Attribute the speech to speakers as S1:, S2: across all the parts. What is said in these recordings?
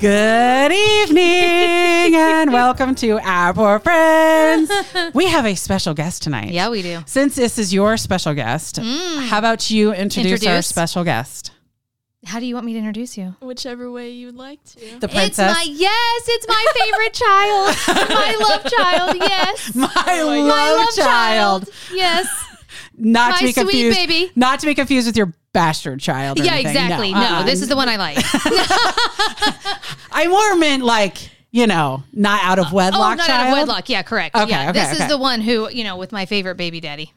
S1: Good evening and welcome to Our Poor Friends. We have a special guest tonight.
S2: Yeah, we do.
S1: Since this is your special guest, how about you introduce, our
S2: Mm. Introduce.
S1: special guest?
S2: How do you want me to introduce you?
S3: Whichever way you'd like to.
S1: The princess.
S2: It's my yes, it's my favorite child. My love child, yes.
S1: My, love, child.
S2: Yes.
S1: Not
S2: My
S1: to be
S2: sweet
S1: confused.
S2: baby.
S1: Not to be confused with your bastard child. or
S2: Yeah,
S1: anything.
S2: exactly. No,
S1: uh-uh.
S2: this is the one I like.
S1: I more meant like, you know, not out of
S2: oh,
S1: wedlock
S2: not
S1: child.
S2: out of wedlock. Yeah, correct.
S1: Okay,
S2: yeah,
S1: okay,
S2: this
S1: okay.
S2: is the one who, you know, with my favorite baby daddy.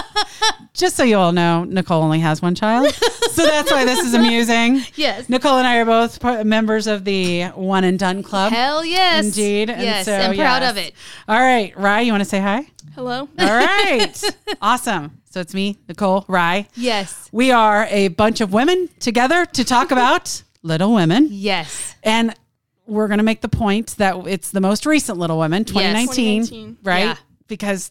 S1: Just so you all know, Nicole only has one child. so that's why this is amusing.
S2: yes.
S1: Nicole and I are both par- members of the One and Done Club.
S2: Hell yes.
S1: Indeed. And
S2: Yes,
S1: so,
S2: I'm proud
S1: yes.
S2: of it.
S1: All right, Rye, you want to say hi?
S3: Hello?
S2: Uh,
S1: All right. awesome. So it's me, Nicole, Rye.
S2: Yes.
S1: We are a bunch of women together to talk about Little Women.
S2: Yes.
S1: And we're going to make the point that it's the most recent Little Women, 2019,
S3: 2019.
S1: right?
S2: Yeah.
S1: Because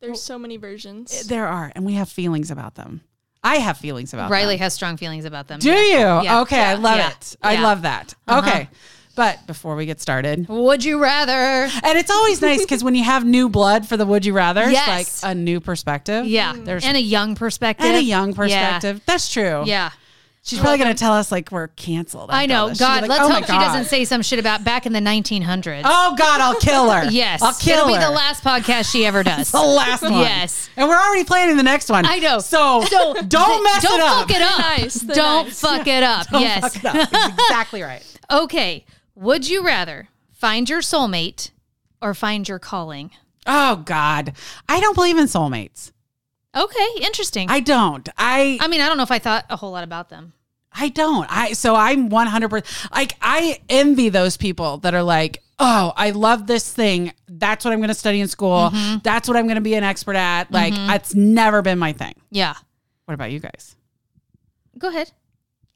S3: There's so many
S2: eh,
S3: versions.
S1: there are, and we have feelings about them. I have feelings about them.
S2: Riley has strong feelings about them.
S1: Do you?
S2: Yeah.
S1: Okay, I
S2: Yeah.
S1: love
S2: Yeah.
S1: it. I
S2: Yeah. Uh-huh.
S1: love that. Okay. But before we get started,
S2: Would you rather?
S1: and it's always nice because when you have new blood for the Would You Rather,
S2: Yes.
S1: like a new perspective.
S2: Yeah.
S1: There's-
S2: and a young perspective.
S1: And a young
S2: Yeah.
S1: perspective. That's true.
S2: yeah.
S1: She's probably going to tell us like we're canceled.
S2: I
S1: after all
S2: know.
S1: this. She'll
S2: God,
S1: be like,
S2: let's
S1: "Oh my
S2: hope she
S1: God."
S2: doesn't say some shit about back in the 1900s.
S1: Oh, God, I'll kill her.
S2: yes.
S1: I'll kill
S2: It'll
S1: her.
S2: be the last podcast she ever does.
S1: The last one.
S2: Yes.
S1: And we're already planning the next one.
S2: I know.
S1: So,
S2: So
S1: don't mess it
S2: don't
S1: up.
S2: fuck it up.
S3: Nice, the
S2: Don't
S3: nice.
S2: fuck it up.
S1: Don't
S2: yes.
S1: fuck it up. It's exactly right.
S2: Okay. Would you rather find your soulmate or find your calling?
S1: Oh, God. I don't believe in soulmates.
S2: Okay. Interesting. I,
S1: I don't. I,
S2: mean, I don't know if I thought a whole lot about them.
S1: I don't. I so I'm 100% like I envy those people that are like, "Oh, I love this thing. That's what I'm going to study in school.
S2: Mm-hmm.
S1: That's what I'm going to be an expert at." Like that's never been my thing.
S2: Yeah.
S1: What about you guys?
S2: Go ahead.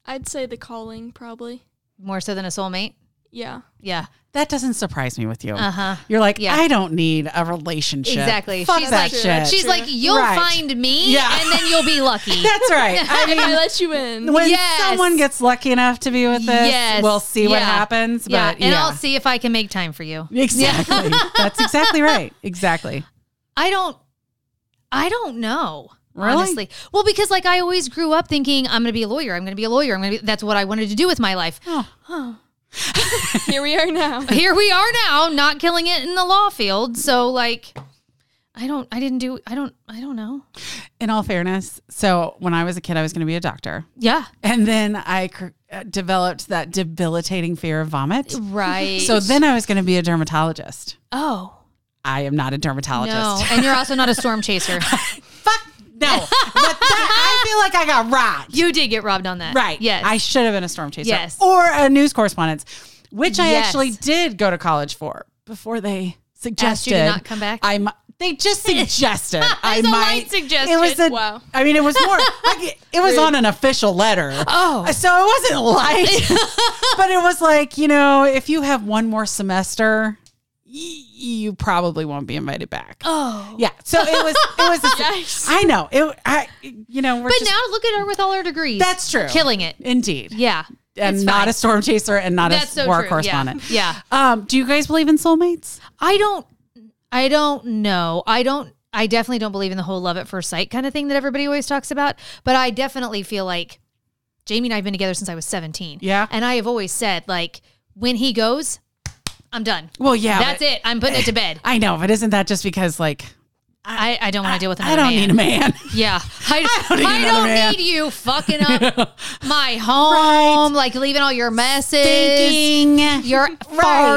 S3: I'd say the calling, probably.
S2: More so than a soulmate.
S3: Yeah.
S2: Yeah.
S1: That doesn't surprise me with you.
S2: Uh-huh.
S1: You're like,
S2: Yeah.
S1: "I don't need a relationship."
S2: Exactly.
S1: Fuck
S2: She's
S1: that
S2: like-
S1: shit.
S2: She's like, you'll
S1: Right.
S2: find me
S1: Yeah.
S2: and then you'll be lucky.
S1: That's right. I
S3: If I
S1: mean,
S3: let you in.
S1: when
S2: Yes.
S1: someone gets lucky enough to be with this,
S2: Yes.
S1: we'll see what
S2: Yeah.
S1: happens,
S2: yeah.
S1: but
S2: And
S1: yeah.
S2: I'll see if I can make time for you.
S1: Exactly. That's exactly right. Exactly.
S2: I don't I don't know.
S1: Really?
S2: Honestly. Well, because like I always grew up thinking I'm going to be a lawyer. I'm going to be a lawyer. I'm going to be that's what I wanted to do with my life.
S3: Here we are now.
S2: Here we are now, not killing it in the law field. So like I don't I didn't do I don't I don't know.
S1: in all fairness, so when I was a kid, I was going to be a doctor.
S2: Yeah.
S1: And then I cr- uh, developed that debilitating fear of vomit.
S2: Right.
S1: So then I was going to be a dermatologist.
S2: oh.
S1: I am not a dermatologist.
S2: No. and you're also not a storm chaser.
S1: Fuck no. But that, I feel like I got robbed.
S2: You did get robbed on that.
S1: Right.
S2: Yes.
S1: I should have been a storm chaser
S2: Yes.
S1: or a news correspondent, which I
S2: Yes.
S1: actually did go to college for before they suggested
S2: Asked you to not come back?
S1: I mi- they just suggested I
S2: It was a
S1: might
S2: light suggestion.
S1: It was a,
S3: Wow.
S1: I mean, it was more. like, it was on an official letter. Uh,
S2: Oh.
S1: so it wasn't light, but it was like you know, if you have one more semester, y- you probably won't be invited back.
S2: oh.
S1: Yeah, so it was. It was. A,
S3: Yikes.
S1: I know. It. I. You know. We're
S2: But
S1: just,
S2: now look at her with all her degrees.
S1: that's true.
S2: killing it.
S1: Indeed.
S2: Yeah.
S1: And
S2: It's
S1: not
S2: fine.
S1: a storm chaser and not
S2: That's
S1: a
S2: so
S1: war
S2: true.
S1: correspondent.
S2: Yeah. Yeah.
S1: Um, do you guys believe in soulmates?
S2: I don't I don't know. I don't I definitely don't believe in the whole love at first sight kind of thing that everybody always talks about, but I definitely feel like Jamie and I've been together since I was 17.
S1: Yeah.
S2: And I have always said like when he goes, I'm done.
S1: Well, yeah.
S2: That's
S1: but-
S2: it. I'm putting it to bed.
S1: I know, but isn't that just because like
S2: I, I don't want to deal with another
S1: I don't
S2: man.
S1: need a man.
S2: Yeah. I, I
S1: need
S2: don't,
S1: another man.
S2: need you fucking up my home, like leaving all your messes.
S1: Thinking
S2: Your
S1: right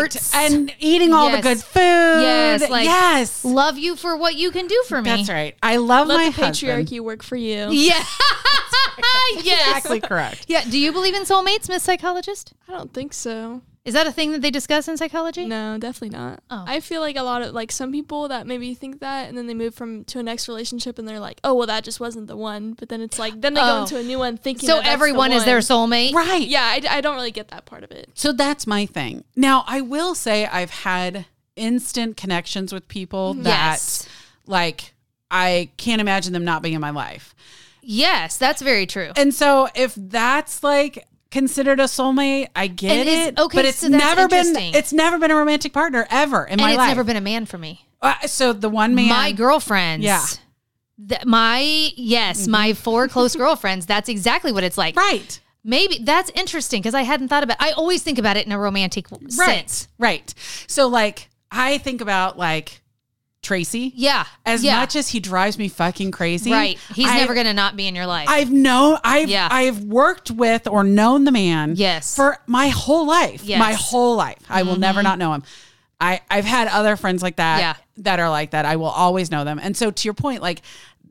S2: farts.
S1: and eating all the
S2: Yes.
S1: good food. Yes,
S2: yes, like
S1: yes.
S2: love you for what you can do for me.
S1: That's right. I love my
S3: Let the
S1: husband.
S3: patriarchy work for you.
S2: Yeah. yes.
S1: Exactly correct.
S2: Yeah. Do you believe in soulmates, Miss Psychologist?
S3: I don't think so.
S2: Is that a thing that they discuss in psychology?
S3: No, definitely not.
S2: Oh.
S3: I feel like a lot of like some people that maybe think that and then they move from to a next relationship and they're like, "Oh, well that just wasn't the one." But then it's like then they
S2: Oh.
S3: go into a new one thinking
S2: So
S3: that that's the
S2: everyone is their
S3: one.
S2: soulmate.
S1: Right.
S3: Yeah, I, I don't really get that part of it.
S1: So that's my thing. Now, I will say I've had instant connections with people that
S2: Mm-hmm. Yes.
S1: like I can't imagine them not being in my life.
S2: Yes, that's very true.
S1: And so if that's like considered a soulmate. I get
S2: And is-
S1: it.
S2: okay,
S1: but it's
S2: so that's
S1: never been
S2: interesting.
S1: it's never been a romantic partner ever in
S2: and
S1: my
S2: it's
S1: life.
S2: never been a man for me.
S1: Uh, so the one man
S2: my girlfriends.
S1: Yeah. Mm-hmm.
S2: th- my yes, my four close girlfriends. That's exactly what it's like.
S1: right.
S2: Maybe that's interesting because I hadn't thought about. I always think about it in a romantic w- sense.
S1: Right. So like I think about like Tracy.
S2: Yeah,
S1: As
S2: yeah.
S1: much as he drives me fucking crazy.
S2: right. He's
S1: I-
S2: never gonna not be in your life.
S1: I've known I've
S2: Yeah.
S1: I've worked with or known the man
S2: Yes.
S1: for my whole life.
S2: Yes. Mm-hmm.
S1: My whole life. I will never not know him. I, I've had other friends like that
S2: Yeah.
S1: that are like that. I will always know them. And so to your point, like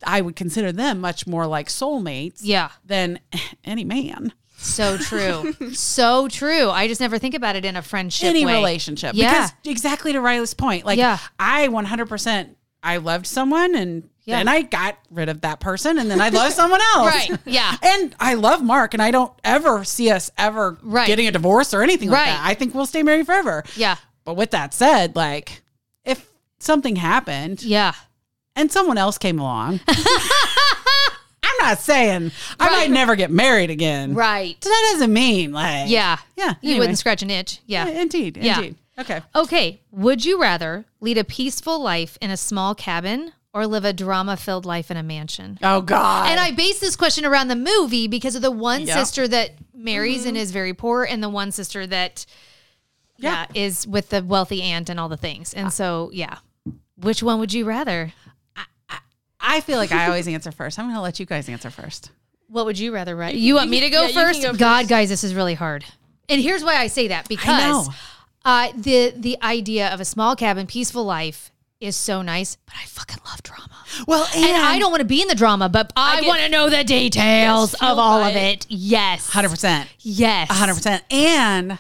S1: I would consider them much more like soulmates
S2: yeah,
S1: than any man.
S2: so true, so true. I just never think about it in a friendship.
S1: any
S2: way.
S1: relationship.
S2: Yeah.
S1: Because exactly to Riley's point, like
S2: Yeah.
S1: I 100% I loved someone and
S2: Yeah.
S1: then I got rid of that person and then I love someone else.
S2: Right. Yeah.
S1: And I love Mark and I don't ever see us ever
S2: Right.
S1: getting a divorce or anything like
S2: Right.
S1: that. I think we'll stay married forever.
S2: Yeah.
S1: But with that said, like if something happened
S2: Yeah.
S1: and someone else came along, I'm not saying I
S2: Right.
S1: might never get married again.
S2: Right.
S1: So that doesn't mean like
S2: Yeah.
S1: Yeah.
S2: You
S1: anyway.
S2: wouldn't scratch an itch. Yeah.
S1: Indeed.
S2: Yeah.
S1: Indeed. Okay.
S2: Okay. Would you rather lead a peaceful life in a small cabin or live a drama filled life in a mansion?
S1: Oh God.
S2: And I base this question around the movie because of the one
S1: Yeah. Mm-hmm.
S2: sister that marries and is very poor, and the one sister that yeah.
S1: Yeah. Ah.
S2: is with the wealthy aunt and all the things. And so, yeah, which one would you rather?
S1: I feel like I always answer first. I'm going to let you guys answer first.
S2: What would you rather write? You want me to go,
S3: yeah, you can
S2: first?
S3: go
S2: God, guys, this is really hard. And here's why I say that because
S1: know.
S2: uh, the the idea of a small cabin, peaceful life is so nice, but I fucking love drama.
S1: Well,
S2: And I don't want to be in the drama, but I,
S3: get-
S2: want to know the details
S3: Yes,
S2: of
S3: fueled
S2: all
S3: by
S2: of it. Yes.
S1: 100%.
S2: Yes.
S1: 100%. And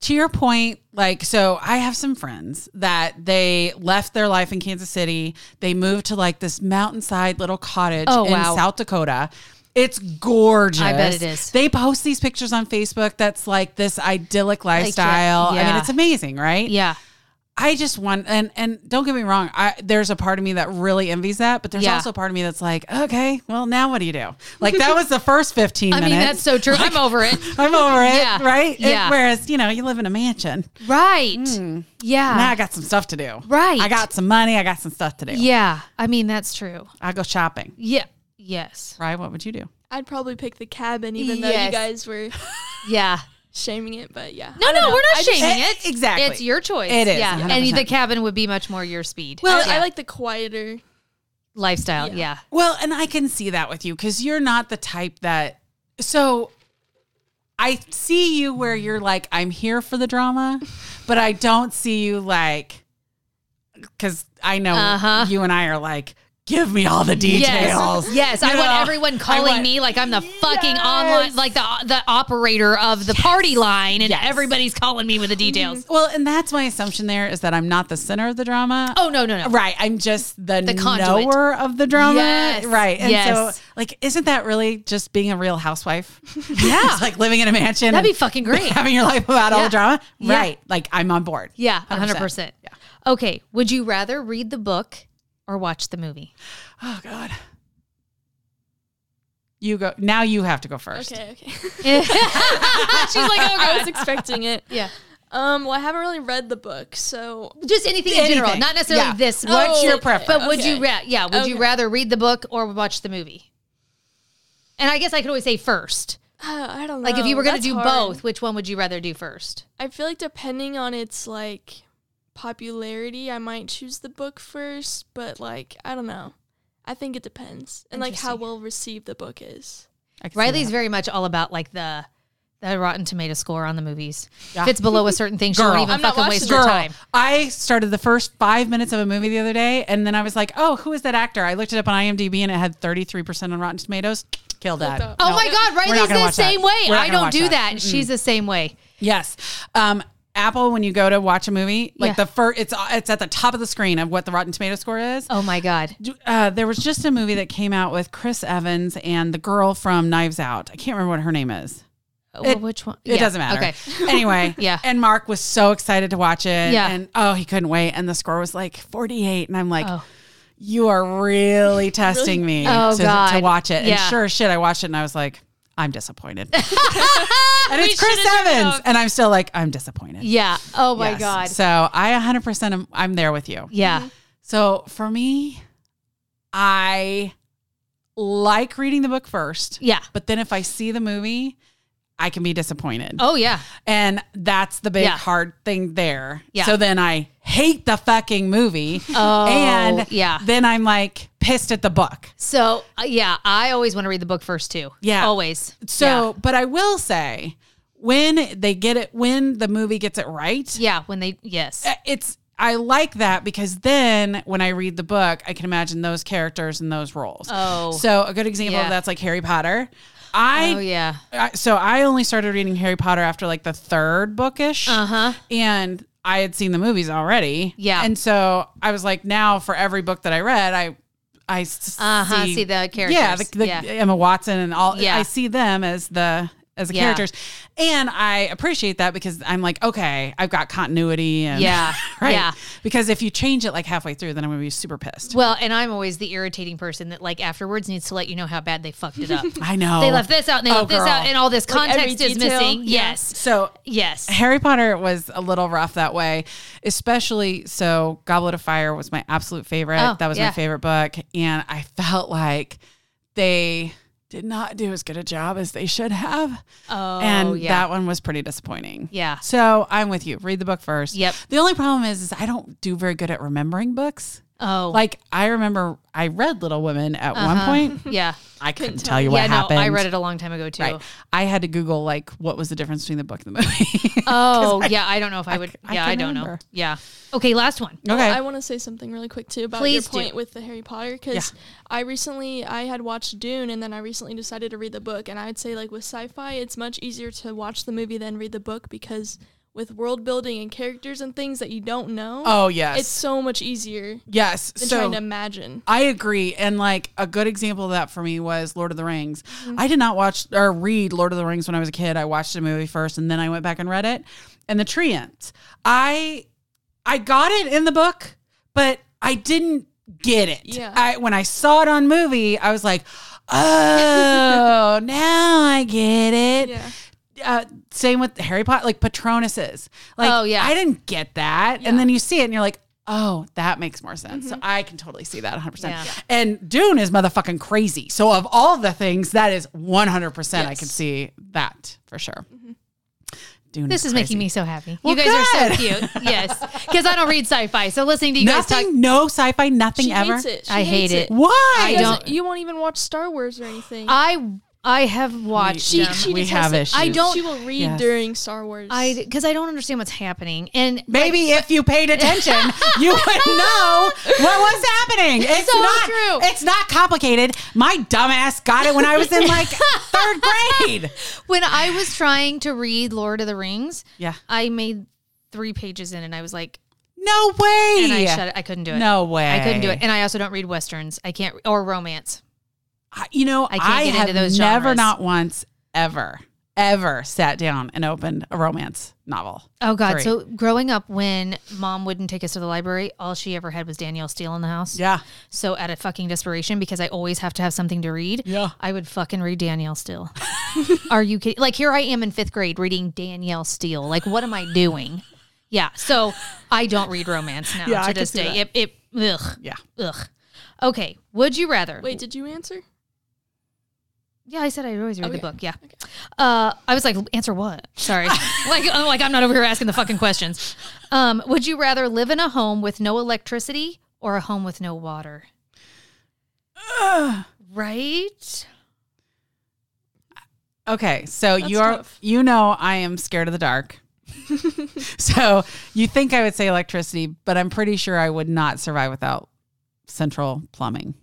S1: to your point, like, so I have some friends that they left their life in Kansas City. They moved to like this mountainside little cottage
S2: Oh,
S1: in
S2: wow.
S1: South Dakota. It's gorgeous.
S2: I bet it is.
S1: They post these pictures on Facebook that's like this idyllic lifestyle. I
S2: yeah.
S1: mean, it's amazing, right?
S2: Yeah.
S1: I just want and and don't get me wrong, I there's a part of me that really envies that, but there's
S2: Yeah.
S1: also a part of me that's like, okay, well now what do you do? Like that was the first 15
S2: I
S1: minutes.
S2: mean, that's so true. I'm over it.
S1: I'm over it,
S2: Yeah.
S1: right? And
S2: Yeah.
S1: whereas, you know, you live in a mansion.
S2: Right.
S1: Now I
S2: Yeah.
S1: got some stuff to do.
S2: Right.
S1: I got some money, I got some stuff to do.
S2: Yeah. I mean, that's true.
S1: I go shopping.
S2: Yeah. Yes.
S1: Right? What would you do?
S3: I'd probably pick the cabin, even though
S2: Yes.
S3: you guys were
S2: Yeah.
S3: shaming it. But yeah,
S2: No, no, we're not
S3: I just-
S2: shaming
S1: Eh,
S2: it.
S1: exactly.
S2: It's your choice.
S1: It is,
S2: Yeah.
S1: 100%.
S2: And the cabin would be much more your speed.
S3: Well,
S2: Yeah.
S3: I like the quieter.
S2: lifestyle. Yeah.
S1: Well, and I can see that with you because you're not the type that. So I see you where you're like, I'm here for the drama, but I don't see you like, because I know
S2: Uh-huh.
S1: you and I are like, give me all the details.
S2: Yes, yes. I
S1: You
S2: want
S1: know,
S2: everyone
S1: I
S2: calling
S1: want-
S2: me like I'm the fucking online, like the the operator of the party line, and everybody's calling me with the details.
S1: Well, and that's my assumption there is that I'm not the center of the drama.
S2: Oh no, no, no.
S1: Right. I'm just the,
S2: conduit.
S1: knower of the drama.
S2: Yes,
S1: Right. And
S2: yes.
S1: so, like, isn't that really just being a real housewife? Yeah. like living in a mansion.
S2: That'd be
S1: and-
S2: fucking great.
S1: having your life about all
S2: Yeah.
S1: the drama.
S2: Yeah.
S1: Right. Like I'm on board.
S2: Yeah, 100%.
S1: 100%.
S2: Okay, would you rather read the book or watch the movie?
S1: Oh God. You go now you have to go first.
S3: Okay, okay.
S2: She's like, oh
S3: I was
S2: god.
S3: expecting it.
S2: Yeah.
S3: Um, well, I haven't really read the book, so
S2: Just anything, in general,
S1: Anything.
S2: not necessarily
S1: Yeah. Oh,
S2: this.
S1: What's
S2: book,
S1: your preference?
S2: But would you
S3: Okay.
S2: ra- yeah, would you
S3: Okay.
S2: rather read the book or watch the movie? And I guess I could always say first.
S3: uh, I don't know.
S2: Like if
S1: Oh,
S2: you were going to
S3: That's
S2: do
S3: hard.
S2: both, which one would you rather do first?
S3: I feel like depending on its like popularity, I might choose the book first, but like I don't know. I think it depends and like how
S2: Interesting.
S3: well received the book is.
S1: I can see
S2: Riley's
S1: that.
S2: very much all about like the the Rotten Tomato score on the movies.
S1: Yeah.
S2: If it's below a certain thing, she won't
S1: Girl.
S2: even
S1: I'm
S3: not
S2: fucking waste
S3: watching
S2: her
S3: it.
S1: Girl,
S2: time.
S1: I started the first five minutes of a movie the other day, and then I was like, "Oh, who is that actor?" I looked it up on IMDb, and it had thirty three percent on Rotten Tomatoes. Killed that.
S3: Oh,
S2: Oh
S1: No.
S2: my God,
S1: not
S2: Riley's
S1: gonna
S2: the
S1: watch that.
S2: same way.
S1: We're not
S2: I
S1: gonna
S2: don't
S1: watch
S2: do
S1: that.
S2: that. She's the same way.
S1: Yes. Um, Apple, when you go to watch a movie, like
S2: Yeah.
S1: the first, it's it's at the top of the screen of what the Rotten Tomato score is.
S2: Oh my God.
S1: uh, there was just a movie that came out with Chris Evans and the girl from Knives Out. I can't remember what her name is.
S2: Uh, well, which one?
S1: It
S2: yeah,
S1: doesn't matter.
S2: Okay.
S1: Anyway.
S2: Yeah.
S1: And Mark was so excited to watch it.
S2: Yeah.
S1: And oh, he couldn't wait. And the score was like 48. And I'm like,
S2: Oh.
S1: you are really testing me
S2: Oh,
S1: to, to
S2: God.
S1: watch it.
S2: Yeah.
S1: And sure as shit, I watched it and I was like, I'm disappointed. and it's Chris Evans. And I'm still like, I'm disappointed.
S2: Yeah. Oh my
S1: Yes.
S2: God.
S1: So I 100% am, I'm there with you.
S2: yeah.
S1: So for me, I like reading the book first,
S2: Yeah.
S1: but then if I see the movie, I can be disappointed.
S2: Oh yeah.
S1: And that's the big
S2: Yeah.
S1: hard thing there.
S2: Yeah.
S1: So then I hate the fucking movie.
S2: Oh.
S1: and
S2: yeah.
S1: then I'm like pissed at the book.
S2: So uh, yeah, I always want to read the book first too.
S1: Yeah.
S2: Always.
S1: So, but I will say when they get it, when the movie gets it right,
S2: Yeah. Yeah, When they yes.
S1: Uh, it's I like that because then when I read the book, I can imagine those characters and those roles.
S2: Oh.
S1: so a good example
S2: Yeah.
S1: of that's like Harry Potter. I,
S2: oh yeah.
S1: I so I only started reading Harry Potter after like the third bookish,
S2: Uh huh.
S1: and I had seen the movies already.
S2: Yeah.
S1: and so I was like, now for every book that I read, I I s-
S2: Uh-huh, see the
S1: Yeah,
S2: characters.
S1: the, the
S2: Yeah.
S1: Emma Watson and all.
S2: Yeah.
S1: I see them as the as the
S2: Yeah.
S1: characters, and I appreciate that because I'm like, okay, I've got continuity and
S2: Yeah.
S1: right?
S2: Yeah.
S1: Because if you change it like halfway through, then I'm gonna be super pissed.
S2: Well, and I'm always the irritating person that like afterwards needs to let you know how bad they fucked it up.
S1: I know
S2: They left this out and they
S1: Oh,
S2: left this
S1: girl.
S2: out and all this
S3: Like,
S2: context
S3: every
S2: is
S3: detail.
S2: missing.
S3: Yeah.
S2: Yes.
S1: So
S2: Yes.
S1: Harry Potter was a little rough that way, especially so Goblet of Fire was my absolute favorite.
S2: Oh,
S1: that was
S2: yeah.
S1: my favorite book. And I felt like they did not do as good a job as they should have.
S2: Oh
S1: and
S2: yeah.
S1: that one was pretty disappointing.
S2: yeah.
S1: So I'm with you. Read the book first.
S2: Yep.
S1: The only problem is, is I don't do very good at remembering books.
S2: Oh.
S1: Like I remember I read Little Women at
S2: Uh-huh.
S1: one point.
S2: Yeah.
S1: I couldn't tell you what
S2: yeah,
S1: happened.
S2: no, I read it a long time ago too.
S1: Right. I had to Google like what was the difference between the book and the movie.
S2: Oh, yeah, I don't know if I, would.
S1: c- I
S2: yeah, I,
S1: can
S2: don't know.
S1: remember.
S2: Yeah. Okay, last one.
S1: okay.
S3: Oh, I want to say something really quick too about
S2: Please
S3: your
S2: do.
S3: point with the Harry Potter because I recently I had watched Dune and then I recently decided to read the book and I'd say like with sci-fi it's much easier to watch the movie than read the book because with world building and characters and things that you don't know
S1: Oh yes,
S3: it's so much easier
S1: yes.
S3: than
S1: So
S3: trying to imagine.
S1: I agree, and like a good example of that for me was Lord of the Rings. I did not watch or read Lord of the Rings when I was a kid. I watched the movie first, and then I went back and read it. And the treant, I I got it in the book, but I didn't get it.
S3: Yeah.
S1: I when I saw it on movie, I was like, oh, now I get it.
S3: Yeah.
S1: uh, same with Harry Potter, like Patronuses. Like,
S2: Oh, yeah.
S1: I didn't get that.
S3: Yeah.
S1: And then you see it and you're like, oh, that makes more sense. So I can totally see that 100%.
S2: Mm-hmm. Yeah. Yeah.
S1: And Dune is motherfucking crazy. So, of all the things, that is 100%. I can
S3: Yes.
S1: see that for sure. Dune
S2: Mm-hmm. This is
S1: crazy.
S2: making me so happy.
S1: Well,
S2: you guys are so
S1: good.
S2: cute. Yes. Because I don't read sci fi. So listening to you guys
S1: nothing,
S2: talk.
S1: no sci fi, nothing
S3: She
S1: ever.
S3: hates it. She
S2: I
S3: hates
S2: hate it.
S1: Why?
S2: I
S3: Doesn't-
S2: don't-
S3: You won't even watch Star Wars or anything.
S2: I I have watched.
S3: she
S2: them.
S3: she
S1: We
S3: detests
S1: have
S3: it.
S1: issues.
S2: I don't-
S3: She will read
S1: Yes.
S3: during Star Wars.
S2: I because I don't understand what's happening. And
S1: Maybe if you paid attention, you would know what was happening. It's
S2: So
S1: not
S2: true.
S1: It's not complicated. My dumbass got it when I was in like third grade.
S2: when I was trying to read Lord of the Rings,
S1: Yeah.
S2: I made three pages in and I was like,
S1: No way.
S2: and I shut it. I couldn't do it.
S1: No way.
S2: I couldn't do it. And I also don't read westerns. I can't or romance.
S1: I- you know, I,
S2: I can't get
S1: have
S2: into those
S1: never,
S2: genres.
S1: not once, ever, ever sat down and opened a romance novel.
S2: Oh God!
S1: Three.
S2: So growing up, when mom wouldn't take us to the library, all she ever had was Danielle Steele in the house.
S1: Yeah.
S2: So out of fucking desperation, because I always have to have something to read,
S1: Yeah.
S2: I would fucking read Danielle Steele. Are you kidding? Like here I am in fifth grade reading Danielle Steele. Like what am I doing? Yeah. So I don't read romance now
S1: Yeah, I
S2: to
S1: can
S2: this
S1: see
S2: day. It, it ugh
S1: Yeah.
S2: ugh. Okay. Would you rather?
S3: Wait, did you answer?
S2: Yeah, I said I always read the
S3: Okay.
S2: book. Yeah. Uh, I was like, answer what? Sorry. like, I'm like, I'm not over here asking the fucking questions. Um, would you rather live in a home with no electricity or a home with no water? Right?
S1: Okay, so
S3: That's
S1: you are
S3: tough.
S1: you know I am scared of the dark. so you think I would say electricity, but I'm pretty sure I would not survive without central plumbing.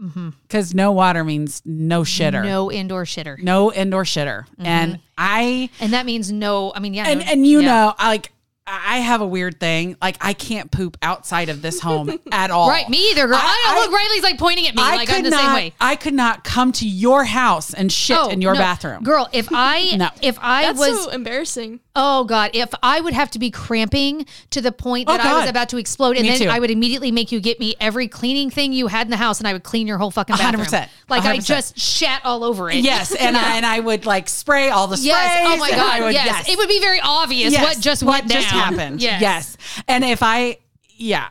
S2: Mhm.
S1: Cuz no water means no shitter. No,
S2: No indoor shitter.
S1: indoor shitter. And I
S2: And that means no, I mean, yeah.
S1: and
S2: no-
S1: and you
S2: yeah.
S1: know, I like I have a weird thing. Like I can't poop outside of this home at all.
S2: Right. Me either, girl. I,
S1: I-
S2: don't
S1: I-
S2: look, Riley's like pointing at me.
S1: I
S2: like,
S1: could
S2: I'm the
S1: not
S2: same way.
S1: I could not come to your house and shit
S2: Oh,
S1: in your
S2: no.
S1: bathroom.
S2: Girl, if I,
S1: No.
S2: if I
S3: That's
S2: was,
S3: so embarrassing.
S2: Oh God! If I would have to be cramping to the point
S1: Oh,
S2: that I was
S1: God.
S2: about to explode, and
S1: Me
S2: then
S1: too.
S2: I would immediately make you get me every cleaning thing you had in the house, and I would clean your whole fucking bathroom.
S1: 100%.
S2: Like I
S1: 100%.
S2: just shat all over it.
S1: Yes, and I and I would like spray all the sprays.
S2: Yes. Oh my
S1: and I
S2: God.
S1: would-
S2: yes. It would be very obvious
S1: Yes.
S2: what just
S1: what
S2: went
S1: just
S2: down.
S1: happened. Yes. and if I yeah.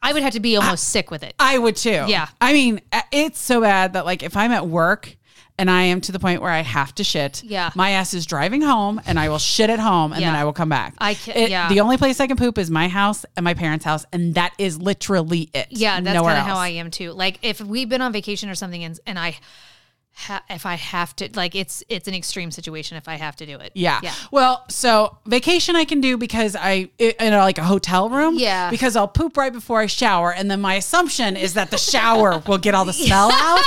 S2: I would have to be almost sick with it.
S1: I would too.
S2: Yeah.
S1: I mean, uh, it's so bad that like if I'm at work and I am to the point where I have to shit,
S2: Yeah.
S1: my ass is driving home and I will shit at home and then
S2: Yeah.
S1: I will come back.
S2: I ca-
S1: It-
S2: yeah.
S1: The only place I can poop is my house and my parents' house, and that is literally it.
S2: Yeah, that's
S1: Nowhere
S2: kind of how
S1: else.
S2: I am too. Like if we've been on vacation or something, and and I, ha- if I have to, like it's it's an extreme situation. If I have to do it,
S1: Yeah.
S2: yeah,
S1: Well, so vacation I can do because I i- in a, like a hotel room.
S2: Yeah.
S1: Because I'll poop right before I shower, and then my assumption is that the shower will get all the smell out.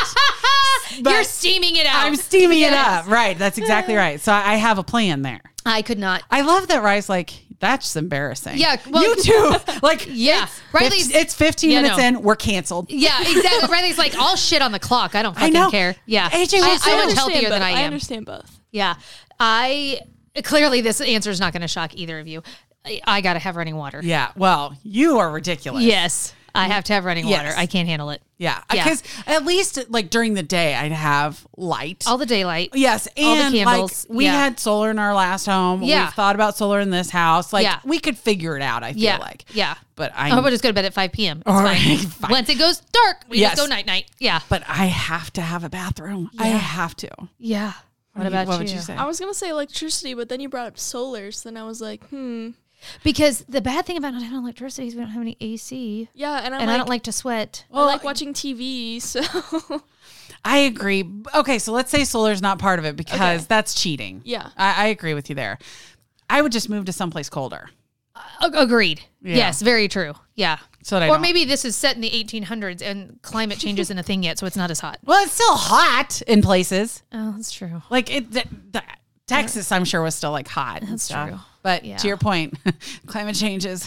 S1: But
S2: you're steaming it out.
S1: I'm steaming
S2: Yes.
S1: it up. Right. That's exactly right. So I I have a plan there.
S2: I could not.
S1: I love that Rye's like, that's embarrassing.
S2: Yeah, well-
S1: you too. Like,
S2: Yeah,
S1: Riley's,
S2: Riley's.
S1: it's, 15
S2: Yeah,
S1: minutes
S2: no.
S1: in, we're canceled.
S2: yeah, exactly. Riley's like, I'll shit on the clock. I don't
S1: I
S2: fucking
S1: know.
S2: care. Yeah,
S1: AJ
S2: I,
S1: was so
S2: I'm much
S3: understand
S2: healthier than
S3: both.
S2: I
S3: I
S2: am.
S3: understand both.
S2: Yeah, I clearly this answer is not going to shock either of you. I, I got to have running water.
S1: Yeah. Well, you are ridiculous.
S2: Yes, I have to have running
S1: Yes.
S2: water. I can't handle it.
S1: Yeah.
S2: Yeah.
S1: Because at least like during the day, I'd have light.
S2: All the daylight.
S1: yes.
S2: all the
S1: And
S2: candles.
S1: like we
S2: Yeah.
S1: had solar in our last home.
S2: Yeah.
S1: We've thought about solar in this house. Like
S2: Yeah.
S1: we could figure it out, I feel
S2: Yeah.
S1: like.
S2: Yeah.
S1: But
S2: I hope
S1: I,
S2: I Oh, just go to bed at 5 p.m. It's
S1: All
S2: fine.
S1: right, fine.
S2: Once it goes dark, we
S1: Yes.
S2: just go night night. Yeah.
S1: but I have to have a bathroom. I have to.
S2: Yeah.
S1: do
S2: What,
S1: you-
S2: about
S1: what
S2: you?
S1: would you say?
S3: I was gonna say electricity, but then you brought up solar, so then I was like, hmm,
S2: Because the bad thing about not having electricity is we don't have any AC,
S3: yeah. And I'm
S2: and
S3: like,
S2: I don't like to sweat.
S3: I like watching TV, so
S1: I agree. Okay, so let's say solar's not part of it because that's cheating.
S3: Yeah.
S1: I, I agree with you there. I would just move to someplace colder.
S2: Ag- agreed. Yes, very true. Yeah.
S1: So that I
S2: or
S1: don't-
S2: maybe this is set in the 1800s and climate change isn't a thing yet, so it's not as hot.
S1: Well, it's still hot in places.
S2: Oh, that's true.
S1: Like it, th- th- Texas, I'm sure was still like hot. and
S2: That's
S1: stuff.
S2: true.
S1: But
S2: Yeah.
S1: to your point, climate change is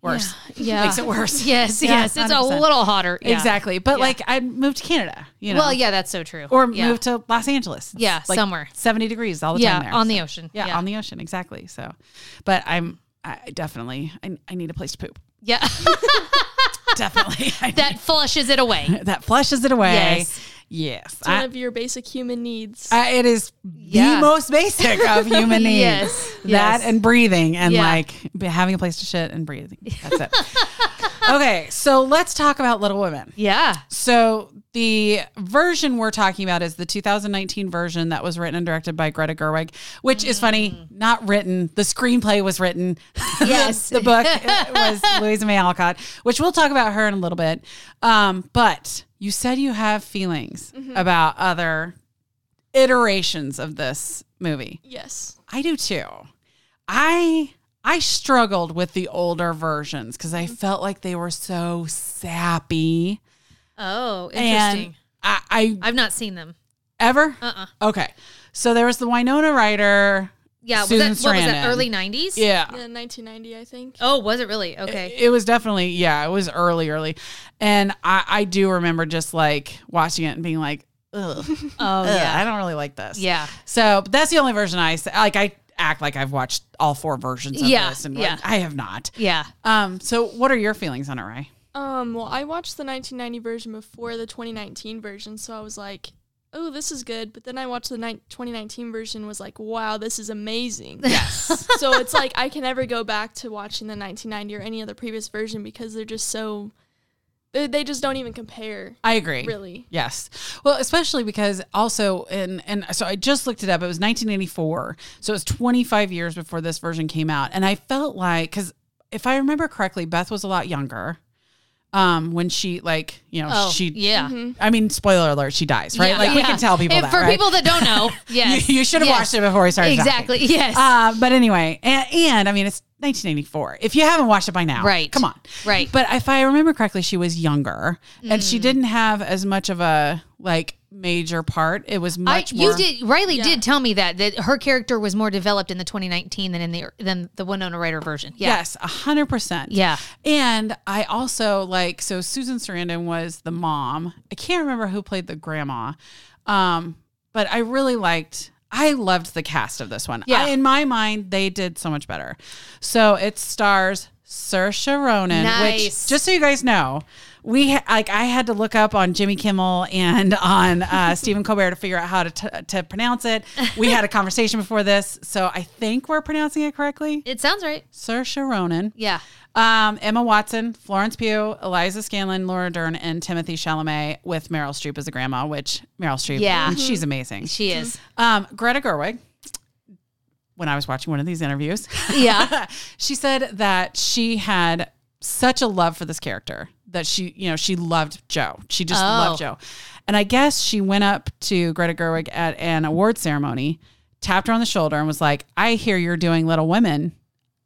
S1: worse.
S2: Yeah.
S1: makes it worse.
S2: Yes,
S1: Yeah,
S2: yes. It's a
S1: 100%.
S2: little hotter. Yeah.
S1: Exactly. But
S2: Yeah.
S1: like I'd move to Canada. You know.
S2: Well, yeah, that's so true.
S1: Or
S2: yeah.
S1: move to Los Angeles. It's
S2: Yeah,
S1: like
S2: somewhere.
S1: 70 degrees all the
S2: Yeah,
S1: time there.
S2: on
S1: so-
S2: the ocean.
S1: Yeah, on the ocean. Exactly. So, but I'm I definitely I, I need a place to poop.
S2: Yeah.
S1: definitely. I
S2: that flushes it away.
S1: that flushes it away.
S2: Yes.
S1: Yes.
S3: one
S1: I-
S3: of your basic human needs.
S1: I- it is
S2: Yeah.
S1: the most basic of human needs.
S2: Yes,
S1: That
S2: yes.
S1: and breathing and
S2: Yeah.
S1: like be- having a place to shit and breathing. That's it. okay. So let's talk about Little Women.
S2: Yeah.
S1: So the version we're talking about is the 2019 version that was written and directed by Greta Gerwig, which is funny,
S2: Mm.
S1: not written. The screenplay was written.
S2: Yes.
S1: the book was Louisa May Alcott, which we'll talk about her in a little bit. Um, but you said you have feelings
S2: Mm-hmm.
S1: about other iterations of this movie.
S3: yes,
S1: I do too. I I struggled with the older versions because
S2: Mm-hmm.
S1: I felt like they were so sappy.
S2: Oh, interesting.
S1: And I, I
S2: I've not seen them.
S1: ever
S2: Uh uh
S1: okay. So there was the Winona Ryder.
S2: Yeah.
S1: Susan
S2: was that, what was
S1: Sarandon.
S2: that, early 90s?
S1: Yeah.
S3: yeah, 1990, I think.
S2: Oh, was it really? Okay.
S1: It was definitely, yeah, it was early, early. And I, I do remember just like watching it and being like, ugh,
S2: oh,
S1: ugh,
S2: yeah.
S1: I don't really like this.
S2: Yeah.
S1: So but that's the only version I, s- like, I act like I've watched all four versions of
S2: Yeah,
S1: this. And
S2: yeah.
S1: I have not.
S2: Yeah.
S1: Um, so what are your feelings on it, Ray?
S3: Um, well, I watched the 1990 version before the 2019 version, so I was like, oh, this is good. But then I watched the ni- 2019 version, was like, wow, this is amazing.
S1: Yes.
S3: so it's like I can never go back to watching the 1990 or any other previous version because they're just so they, they just don't even compare
S1: I agree.
S3: really.
S1: Yes. Well, especially because also in and so I just looked it up. It was 1984. So it was 25 years before this version came out. And I felt like cuz if I remember correctly, Beth was a lot younger. Um when she like, you know,
S2: Oh,
S1: she
S2: yeah.
S1: I mean, spoiler alert, she dies, right?
S2: Yeah.
S1: Like we
S2: Yeah.
S1: can tell people
S2: And
S1: that,
S2: For
S1: right?
S2: people that don't know, yes.
S1: you, you should have
S2: Yes.
S1: watched it before we started talking.
S2: Exactly. Yes.
S1: Uh, but anyway, and, and I mean, it's 1984. If you haven't watched it by now,
S2: Right.
S1: Come on,
S2: Right. Mm.
S1: But if I remember correctly, she was younger, and she didn't have as much of a like major part. It was
S2: I,
S1: much more.
S2: you did Riley did tell me that that her character was more developed in the 2019 than in the than the Winona Ryder version. Yeah.
S1: Yes, a hundred percent.
S2: Yeah.
S1: and I also like so Susan Sarandon was the mom. I can't remember who played the grandma, um, but I really liked. I loved the cast of this one.
S2: Yeah.
S1: I- in my mind, they did so much better. So it stars Saoirse Ronan,
S2: Nice.
S1: which just so you guys know, we ha- like I had to look up on Jimmy Kimmel and on uh, Stephen Colbert to figure out how to t- to pronounce it. We had a conversation before this, so I think we're pronouncing it correctly.
S2: It sounds right.
S1: Saoirse Ronan.
S2: Yeah.
S1: Um, Emma Watson, Florence Pugh, Eliza Scanlon, Laura Dern, and Timothy Chalamet with Meryl Streep as a grandma, which Meryl Streep, mm,
S2: Yeah.
S1: she's amazing.
S2: She is.
S1: Um, Greta Gerwig, when I was watching one of these interviews,
S2: Yeah.
S1: she said that she had such a love for this character that she, you know, she loved Joe. She just
S2: Oh.
S1: loved Joe. And I guess she went up to Greta Gerwig at an award ceremony, tapped her on the shoulder, and was like, I hear you're doing Little Women.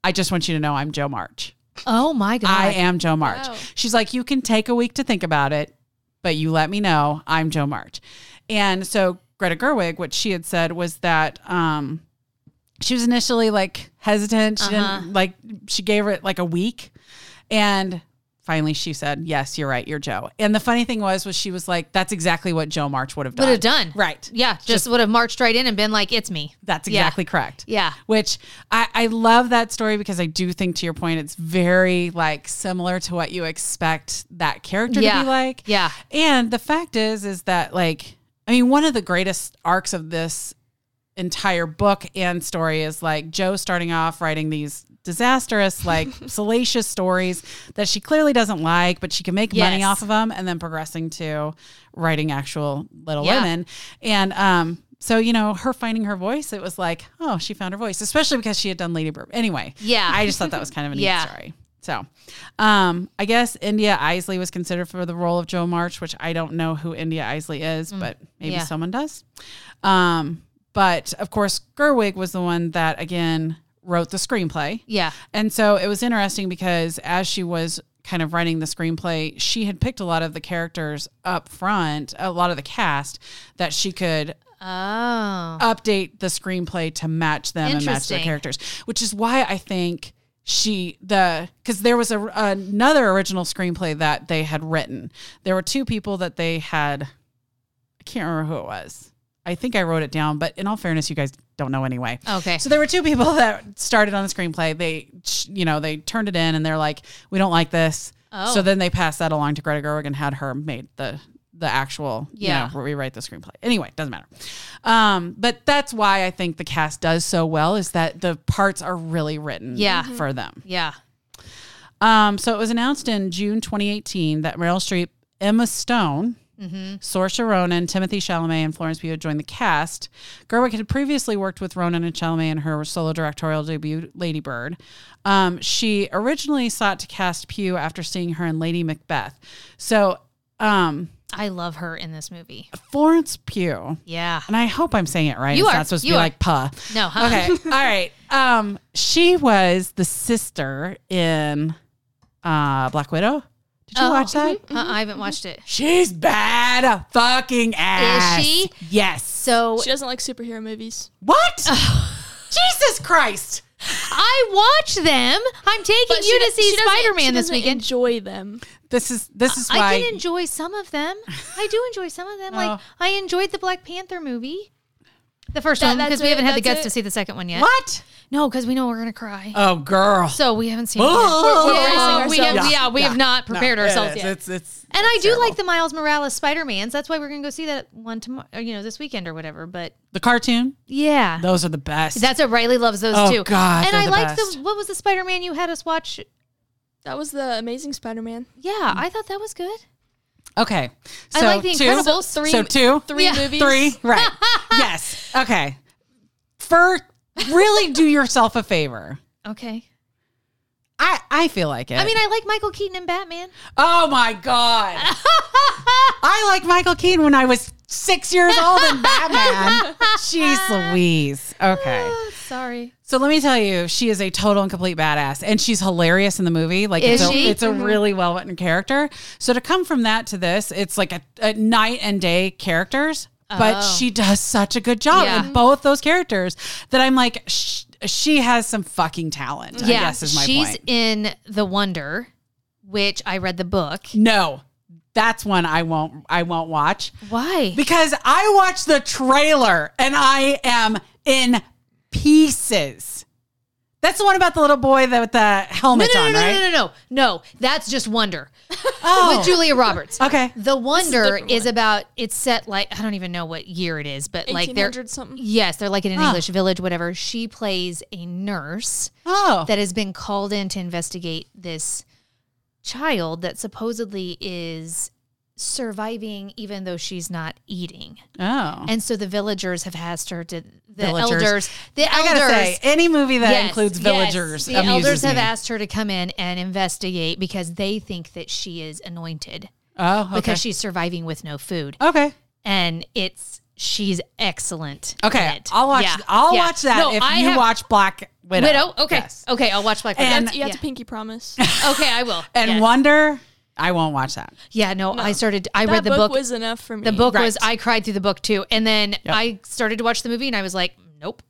S1: I just want you to know I'm Joe March.
S2: Oh my God. Oh.
S1: I am Joe March.
S3: Wow.
S1: She's like, you can take a week to think about it, but you let me know I'm Joe March. And so Greta Gerwig, what she had said was that um, she was initially like hesitant. She
S2: Uh-huh.
S1: didn't like she gave it like a week, and finally she said, "Yes, you're right. You're Joe." And the funny thing was, was she was like, "That's exactly what Joe March would have done."
S2: Would have done.
S1: right.
S2: Yeah. Just, would have marched right in and been like, it's me.
S1: That's
S2: Yeah.
S1: exactly correct
S2: Yeah.
S1: which I, I love that story because I do think to your point, it's very like similar to what you expect that character
S2: Yeah.
S1: to be like.
S2: Yeah.
S1: And the fact is, is that like, I mean, one of the greatest arcs of this entire book and story is like Joe starting off writing these disastrous, like salacious stories that she clearly doesn't like, but she can make money
S2: Yes.
S1: off of them, and then progressing to writing actual Little
S2: Yeah.
S1: Women. And um, so you know, her finding her voice, it was like, oh, she found her voice, especially because she had done Lady Bird. Anyway,
S2: Yeah.
S1: I just thought that was kind of a neat
S2: Yeah.
S1: story. So, um, I guess India Isley was considered for the role of Joe March, which I don't know who India Isley is, but maybe
S2: Mm. yeah.
S1: someone does. Um, but of course, Gerwig was the one that again wrote the screenplay.
S2: Yeah.
S1: And so it was interesting because as she was kind of writing the screenplay, she had picked a lot of the characters up front, a lot of the cast that she could
S2: Oh.
S1: update the screenplay to match them and match their
S2: Interesting.
S1: characters, which is why I think she the because there was a, another original screenplay that they had written. There were two people that they had. I can't remember who it was. I think I wrote it down, but in all fairness, you guys don't know anyway.
S2: Okay.
S1: So there were two people that started on the screenplay. They, you know, they turned it in and they're like, "We don't like this."
S2: Oh.
S1: So then they passed that along to Greta Gerwig and had her made the the actual, yeah,
S2: Yeah.
S1: you know, rewrite the screenplay. Anyway, doesn't matter. Um, but that's why I think the cast does so well is that the parts are really written,
S2: Yeah.
S1: for them.
S2: yeah.
S1: Um, so it was announced in June 2018 that Meryl Streep, Emma Stone, Saoirse Ronan, Timothy Chalamet, and Florence Pugh joined the cast. Gerwig had previously worked with Ronan and Chalamet in her solo directorial debut, Lady Bird. Um, she originally sought to cast Pugh after seeing her in Lady Macbeth. So um,
S2: I love her in this movie.
S1: Florence Pugh,
S2: Yeah.
S1: and I hope I'm saying it right.
S2: You
S1: it's
S2: are.
S1: not supposed to
S2: You
S1: be
S2: are.
S1: like puh.
S2: No. Huh?
S1: Okay. All right. Um, she was the sister in uh Black Widow. Did you
S2: Oh.
S1: watch that?
S2: Uh, I haven't watched it.
S1: She's bad fucking ass.
S2: she?
S1: Yes.
S2: So
S3: She doesn't like superhero movies.
S1: What? Jesus Christ.
S2: I watch them. I'm taking you to see Spider Man this weekend.
S3: Enjoy them.
S1: This is this is why
S2: I can enjoy some of them. I do enjoy some of them. Like
S1: Oh.
S2: I enjoyed the Black Panther movie, the first
S3: That-
S2: one, because
S3: that's
S2: we haven't
S3: it,
S2: had the
S3: that's
S2: guts
S3: it.
S2: to see the second one yet.
S1: What?
S2: No, because we know we're gonna cry.
S1: Oh girl.
S2: so we haven't seen. it yet.
S1: Oh. We're-
S2: Yeah,
S3: we're bracing
S2: we have,
S3: ourselves.
S2: yeah, we have not
S1: No,
S2: prepared
S1: it
S2: ourselves
S1: is.
S2: yet.
S1: It's it's
S2: And I do
S1: terrible.
S2: like the Miles Morales Spider Mans. That's why we're gonna go see that one tomorrow, you know, this weekend or whatever. But
S1: the cartoon.
S2: yeah,
S1: Those are the best.
S2: that's what Riley loves those
S1: Oh,
S2: too.
S1: God,
S2: and
S1: they're
S2: I
S1: the
S2: liked
S1: best.
S2: the what was the Spider Man you had us watch?
S3: That was the Amazing Spider-Man.
S1: Mm.
S2: Yeah, I thought that was good.
S1: okay.
S2: I
S1: So
S2: like the
S1: two-
S2: Incredibles three.
S1: So two,
S3: Three
S2: Yeah.
S3: movies.
S1: Three, right. yes. Okay. For really do yourself a favor.
S2: okay.
S1: I, I feel like it.
S2: I mean, I like Michael Keaton and Batman.
S1: oh my God. I like Michael Keaton when I was six years old in Batman. Jeez Louise. Okay.
S2: Ah, Sorry.
S1: So let me tell you, she is a total and complete badass, and she's hilarious in the movie. Like
S2: Is
S1: it's,
S2: she? Mm-hmm.
S1: A, it's a really well written character. So to come from that to this, it's like a, a night and day characters, but
S2: Oh.
S1: she does such a good job
S2: Yeah.
S1: in both those characters that I'm like, sh- she has some fucking talent. I
S2: Yeah,
S1: guess is my
S2: she's
S1: point.
S2: in The Wonder, which I read the book.
S1: No, That's one I won't I won't watch
S2: Why?
S1: because I watched the trailer and I am in pieces. That's the one about the little boy that with the
S2: No,
S1: helmet
S2: no,
S1: on,
S2: no, no,
S1: right?
S2: no, no, no, no. That's just Wonder
S1: Oh,
S2: with Julia Roberts.
S1: okay.
S2: The Wonder
S3: different
S2: is
S3: one.
S2: about it's set like I don't even know what year it is, but like they're
S3: 1800 something.
S2: yes, they're like in an
S1: Huh.
S2: English village, whatever. She plays a nurse
S1: Oh,
S2: that has been called in to investigate this child that supposedly is surviving even though she's not eating.
S1: oh.
S2: And so the villagers have asked her to the
S1: Villagers.
S2: elders. The
S1: I gotta say, any movie that
S2: Yes,
S1: includes
S2: yes.
S1: villagers,
S2: The elders
S1: amuses
S2: have
S1: me.
S2: asked her to come in and investigate because they think that she is anointed
S1: Oh, okay.
S2: because she's surviving with no food,
S1: okay.
S2: and it's she's excellent. in
S1: Okay,
S2: it.
S1: I'll watch.
S2: Yeah.
S1: I'll
S2: Yeah.
S1: watch that
S2: No,
S1: if
S2: I
S1: you
S2: have-
S1: watch Black Widow.
S2: Widow. Okay,
S1: Yes.
S2: okay, I'll watch Black Widow.
S1: And-
S3: That's- you have
S2: Yeah.
S3: to pinky promise.
S2: okay, I will.
S1: And
S2: Yes.
S1: Wonder, I won't watch that.
S2: yeah, no, I started. I
S3: that
S2: read the book.
S3: was enough for me.
S2: the book
S1: Right.
S2: was. I cried through the book too, and then I started to watch the movie, and I was like, nope,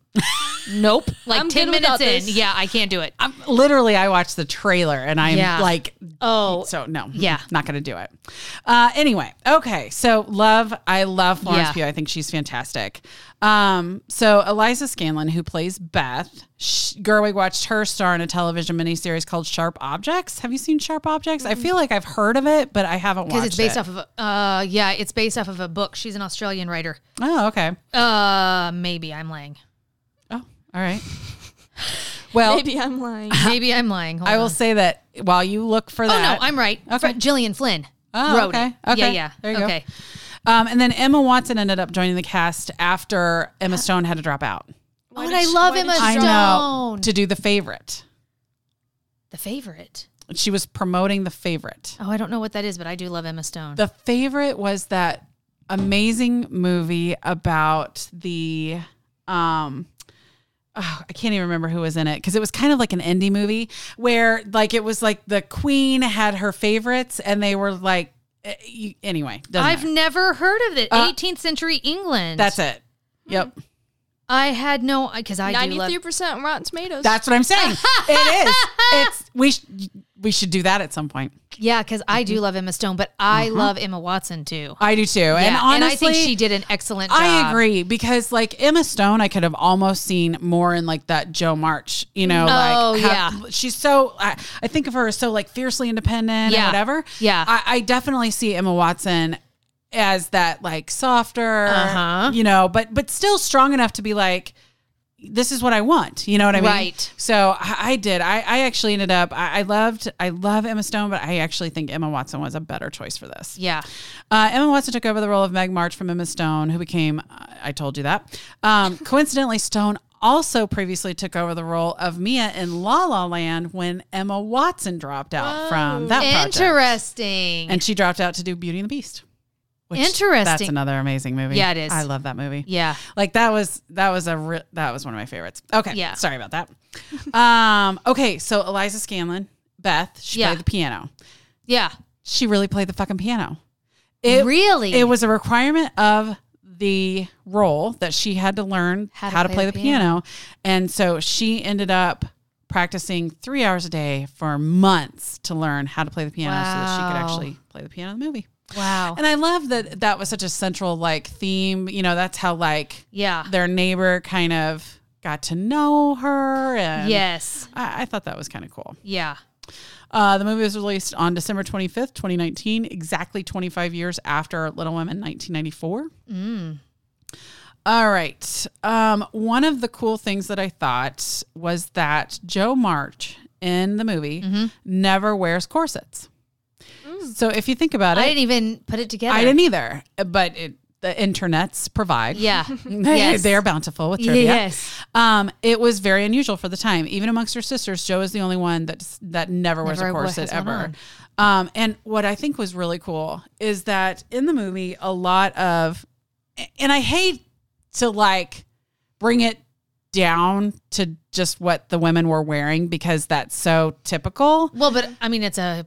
S2: nope. Like
S3: I'm
S2: ten
S3: good without
S2: minutes in,
S3: this.
S2: yeah, I can't do it.
S1: I'm, literally, I watched the trailer and I'm
S2: Yeah.
S1: like,
S2: Oh,
S1: so no,
S2: Yeah.
S1: not gonna do it. Uh, anyway, okay, so love, I love Florence
S2: Yeah.
S1: Pugh. I think she's fantastic. Um, so Eliza Scanlon, who plays Beth, sh- Gerwig watched her star in a television miniseries called Sharp Objects. Have you seen Sharp Objects? I feel like I've heard of it, but I haven't watched
S2: because it's based
S1: it.
S2: off of a, uh yeah it's based off of a book she's an australian writer
S1: Oh, okay.
S2: uh maybe i'm lying
S1: Oh, all right. Well,
S3: Maybe I'm lying.
S2: maybe i'm lying Hold
S1: I will
S2: on.
S1: say that while you look for
S2: oh no
S1: that,
S2: i'm right okay
S1: Okay.
S2: jillian flynn
S1: Oh,
S2: wrote
S1: okay.
S2: it yeah
S1: Okay.
S2: yeah
S1: There you go.
S2: okay
S1: Um, and then Emma Watson ended up joining the cast after Emma Stone had to drop out.
S3: Why
S2: Oh, and
S3: did
S2: I
S3: she-
S2: love
S3: why did
S2: Emma
S3: she
S1: I
S3: drop-
S1: know
S2: Stone.
S1: to do the favorite.
S2: the favorite
S1: She was promoting the favorite.
S2: oh i don't know what that is but i do love emma stone
S1: The favorite was that amazing movie about the um oh, I can't even remember who was in it because it was kind of like an indie movie where like it was like the queen had her favorites and they were like eh, you- anyway, doesn't
S2: i've
S1: matter.
S2: never heard of it
S1: Uh,
S2: 18th century england
S1: that's it. Yep.
S2: i had no because i do love
S3: 93% Rotten Tomatoes.
S1: That's what I'm saying. it is. It's we sh- we should do that at some point.
S2: yeah because i
S1: Mm-hmm.
S2: do love emma stone but i love emma watson too
S1: I do too.
S2: yeah,
S1: Mm-hmm. and honestly,
S2: i think she did an excellent job
S1: I agree because like Emma Stone, I could have almost seen more in like that Joe March, you know,
S2: Oh,
S1: like
S2: yeah.
S1: she's so I, I think of her as so like fiercely independent
S2: Yeah.
S1: and whatever.
S2: Yeah.
S1: I, I definitely see Emma Watson as that like softer,
S2: Uh-huh.
S1: you know, but but still strong enough to be like. This is what I want. You know what I mean?
S2: Right.
S1: So I, I did. I, I actually ended up. I, I loved. I love Emma Stone, but I actually think Emma Watson was a better choice for this.
S2: yeah
S1: Uh, Emma Watson took over the role of Meg March from Emma Stone, who became, I I told you that. Um, coincidentally, Stone also previously took over the role of Mia in La La Land when Emma Watson dropped out from that project.
S2: Oh, interesting
S1: And she dropped out to do Beauty and the Beast. Which That's
S2: Interesting.
S1: another amazing movie.
S2: Yeah, it is.
S1: I love that movie.
S2: yeah
S1: Like that was that was a re- that was one of my favorites. Okay,
S2: Yeah.
S1: sorry about that. um, okay, so Eliza Scanlon, Beth, she
S2: Yeah.
S1: played the piano.
S2: yeah
S1: She really played the fucking piano. It
S2: really?
S1: It was a requirement of the role that she had to learn how to, play, the, piano. And so she ended up practicing three hours a day for months to learn how to play the piano so that she could
S2: Wow.
S1: actually play the piano in the movie.
S2: wow.
S1: And I love that that was such a central like theme. You know, that's how like
S2: yeah.
S1: their neighbor kind of got to know her. And
S2: Yes.
S1: I, I thought that was kind of cool.
S2: Yeah.
S1: Uh, the movie was released on December 25th, 2019, exactly 25 years after Little Women 1994. All right. Um, one of the cool things that I thought was that Joe March in the movie
S2: Mm-hmm.
S1: never wears corsets. So if you think about it,
S2: I didn't even put it together.
S1: I didn't either, but it, the internets provide.
S2: Yeah.
S1: They-
S2: Yes.
S1: They're bountiful with trivia.
S2: yes.
S1: Um, it was very unusual for the time. Even amongst her sisters, Joe is the only one that that never wears a
S2: Never
S1: corset
S2: has one
S1: ever. Um, and what I think was really cool is that in the movie, a lot of, and I hate to like bring it down to just what the women were wearing because that's so typical.
S2: Well, but I mean, it's a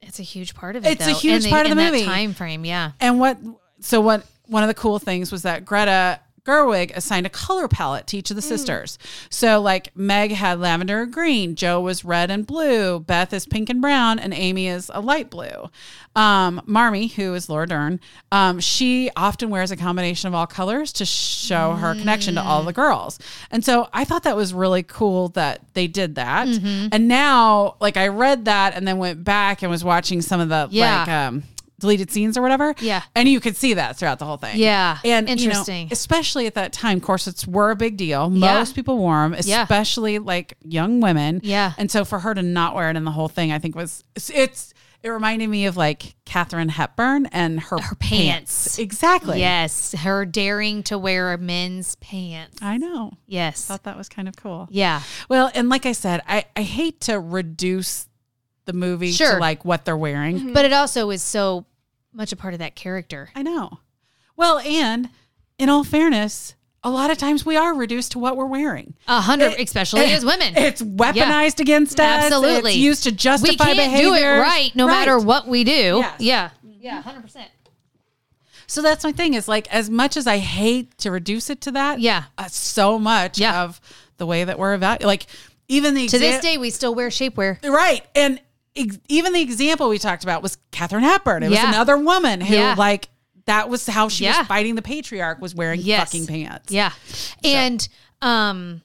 S2: it's a huge part of it.
S1: It's a
S2: though,
S1: huge
S2: and
S1: part of
S2: and
S1: the
S2: that
S1: movie.
S2: time frame. Yeah.
S1: And what so what one of the cool things was that Greta Gerwig assigned a color palette to each
S2: Hmm.
S1: of the sisters. So, like, Meg had lavender and green, Joe was red and blue, Beth is pink and brown, and Amy is a light blue. Um, Marmee, who is Laura Dern, um, she often wears a combination of all colors to show her connection to
S2: Mm.
S1: all the girls. And so, I thought that was really cool that they did that.
S2: Mm-hmm.
S1: And now, like, I read that and then went back and was watching some of the,
S2: Yeah.
S1: like, um, deleted scenes or whatever.
S2: Yeah.
S1: And you could see that throughout the whole thing.
S2: Yeah.
S1: And you know,
S2: Interesting.
S1: especially at that time, corsets were a big deal.
S2: Yeah.
S1: Most people wore them,
S2: Yeah.
S1: especially like young women.
S2: Yeah.
S1: And so for her to not wear it in the whole thing, I think was it's, it's it reminded me of like Katherine Hepburn and her, her
S2: pants.
S1: Exactly.
S2: Yes, her daring to wear men's pants.
S1: I know.
S2: Yes.
S1: Thought that was kind of cool.
S2: Yeah.
S1: Well, and like I said, I, I hate to reduce the movie to
S2: Sure.
S1: like what they're wearing.
S2: But it also is so much a part of that character.
S1: I know. Well, and in all fairness, a lot of times we are reduced to what we're wearing.
S2: A hundred, especially as women.
S1: It's weaponized against us.
S2: Absolutely.
S1: It's used to justify
S2: we can't
S1: behavior. Mm-hmm.
S2: do it right no matter what we do.
S1: Yes.
S2: Yeah. Yeah, 100%.
S1: So that's my thing is like as much as I hate to reduce it to that,
S2: Yeah.
S1: uh, so much
S2: Yeah.
S1: of the way that we're evaluated, like even the
S2: To this
S1: exa-
S2: day, we still wear shapewear.
S1: right and ex- even the example we talked about was Katherine Hepburn. It
S2: Yeah.
S1: was another woman who
S2: Yeah.
S1: like that was how she
S2: Yeah.
S1: was fighting the patriarch was wearing
S2: Yes.
S1: fucking pants.
S2: Yeah. And um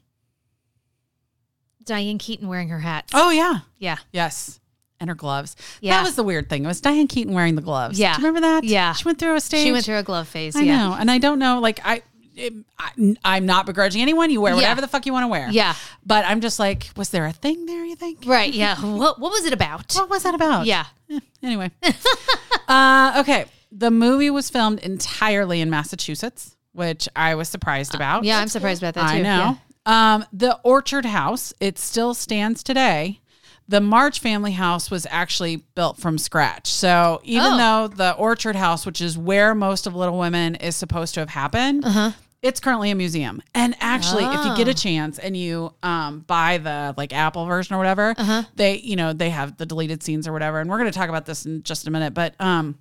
S2: Diane Keaton wearing her hat.
S1: Oh yeah.
S2: Yeah.
S1: Yes. And her gloves.
S2: Yeah.
S1: That was the weird thing. It was Diane Keaton wearing the gloves.
S2: Yeah.
S1: Do you remember that?
S2: Yeah.
S1: She went through a stage.
S2: She went through a glove phase.
S1: I
S2: yeah.
S1: know. And I don't know. Like, I, it, I, I'm not begrudging anyone. You wear
S2: Yeah.
S1: whatever the fuck you want to wear.
S2: Yeah.
S1: But I'm just like, was there a thing there, you think?
S2: Right. Yeah. what what was it about?
S1: What was that about?
S2: Yeah.
S1: Eh, anyway. uh, okay. The movie was filmed entirely in Massachusetts, which I was surprised about.
S2: Yeah, I'm surprised about that too.
S1: I
S2: Yeah.
S1: know. Um, the Orchard House, it still stands today. The March family house was actually built from scratch. So even
S2: Oh.
S1: though the Orchard House, which is where most of Little Women is supposed to have happened,
S2: Uh-huh.
S1: it's currently a museum. And actually, if you
S2: Oh.
S1: get a chance and you um, buy the like Apple version or whatever,
S2: Uh-huh.
S1: they you know they have the deleted scenes or whatever. And we're going to talk about this in just a minute, but um,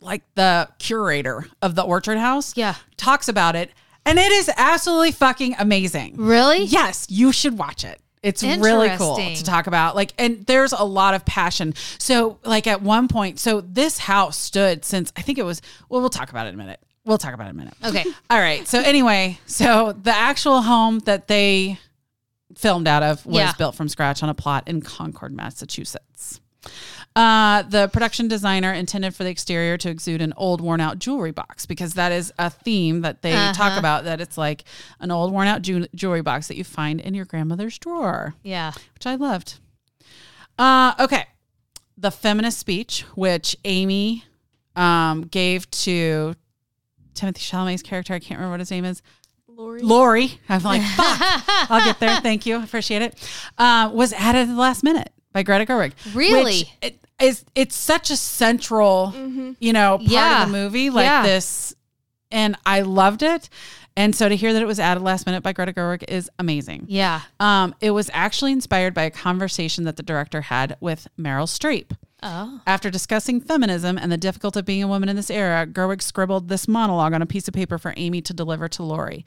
S1: like the curator of the Orchard House,
S2: Yeah.
S1: talks about it, and it is absolutely fucking amazing.
S2: Really?
S1: Yes, you should watch it. It's really cool
S2: Interesting.
S1: to talk about. Like, and there's a lot of passion. So, like at one point, so this house stood since I think it was. Well, we'll talk about it in a minute. We'll talk about it in a minute.
S2: Okay.
S1: All right. So anyway, so the actual home that they filmed out of was
S2: Yeah.
S1: built from scratch on a plot in Concord, Massachusetts. Uh, the production designer intended for the exterior to exude an old, worn out jewelry box because that is a theme that they talk about. That it's like an old, worn out ju- jewelry box that you find in your grandmother's drawer
S2: Yeah.
S1: which I loved. Uh, okay. The feminist speech, which Amy um, gave to Timothy Chalamet's character, I can't remember what his name is.
S3: Lori.
S1: Lori. I'm like, fuck. I'll get there. Thank you. Appreciate it. Uh, was added at the last minute by Greta Gerwig.
S2: Really? Mm-hmm.
S1: Which it is, it's such a central, you know, part
S2: Yeah.
S1: of the movie like
S2: Yeah.
S1: this. And I loved it. And so to hear that it was added last minute by Greta Gerwig is amazing.
S2: Yeah.
S1: Um, it was actually inspired by a conversation that the director had with Meryl Streep.
S2: Oh.
S1: After discussing feminism and the difficulty of being a woman in this era, Gerwig scribbled this monologue on a piece of paper for Amy to deliver to Laurie.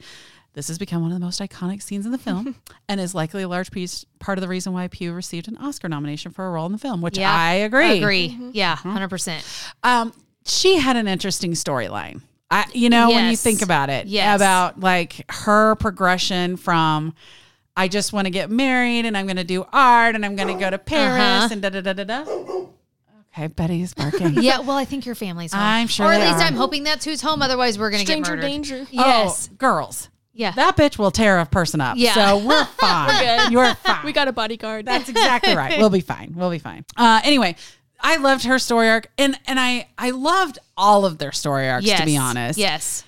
S1: This has become one of the most iconic scenes in the film and is likely a large piece part of the reason why Pew received an Oscar nomination for a role in the film, which
S2: Yeah.
S1: I agree.
S2: Agree. Mm-hmm. Uh-huh. Yeah. 100%.
S1: Um, she had an interesting storyline. I, you know, when you
S2: Yes.
S1: think about it,
S2: Yes.
S1: about like her progression from, I just want to get married and I'm going to do art and I'm going to go to Paris
S2: Uh-huh.
S1: and da da da da da. Okay, Betty is barking.
S2: Yeah. Well, I think your family's home.
S1: I'm sure
S2: Or at
S1: they
S2: least
S1: are.
S2: I'm hoping that's who's home. Otherwise, we're going to get
S3: Stranger
S2: murdered.
S3: danger.
S2: Yes.
S1: Oh, girls,
S2: Yeah.
S1: that bitch will tear a person up.
S2: Yeah.
S1: So we're fine. You're fine.
S3: We got a bodyguard.
S1: That's exactly right. We'll be fine. We'll be fine. Uh, anyway, I loved her story arc, and and I I loved all of their story arcs.
S2: yes.
S1: To be honest,
S2: Yes.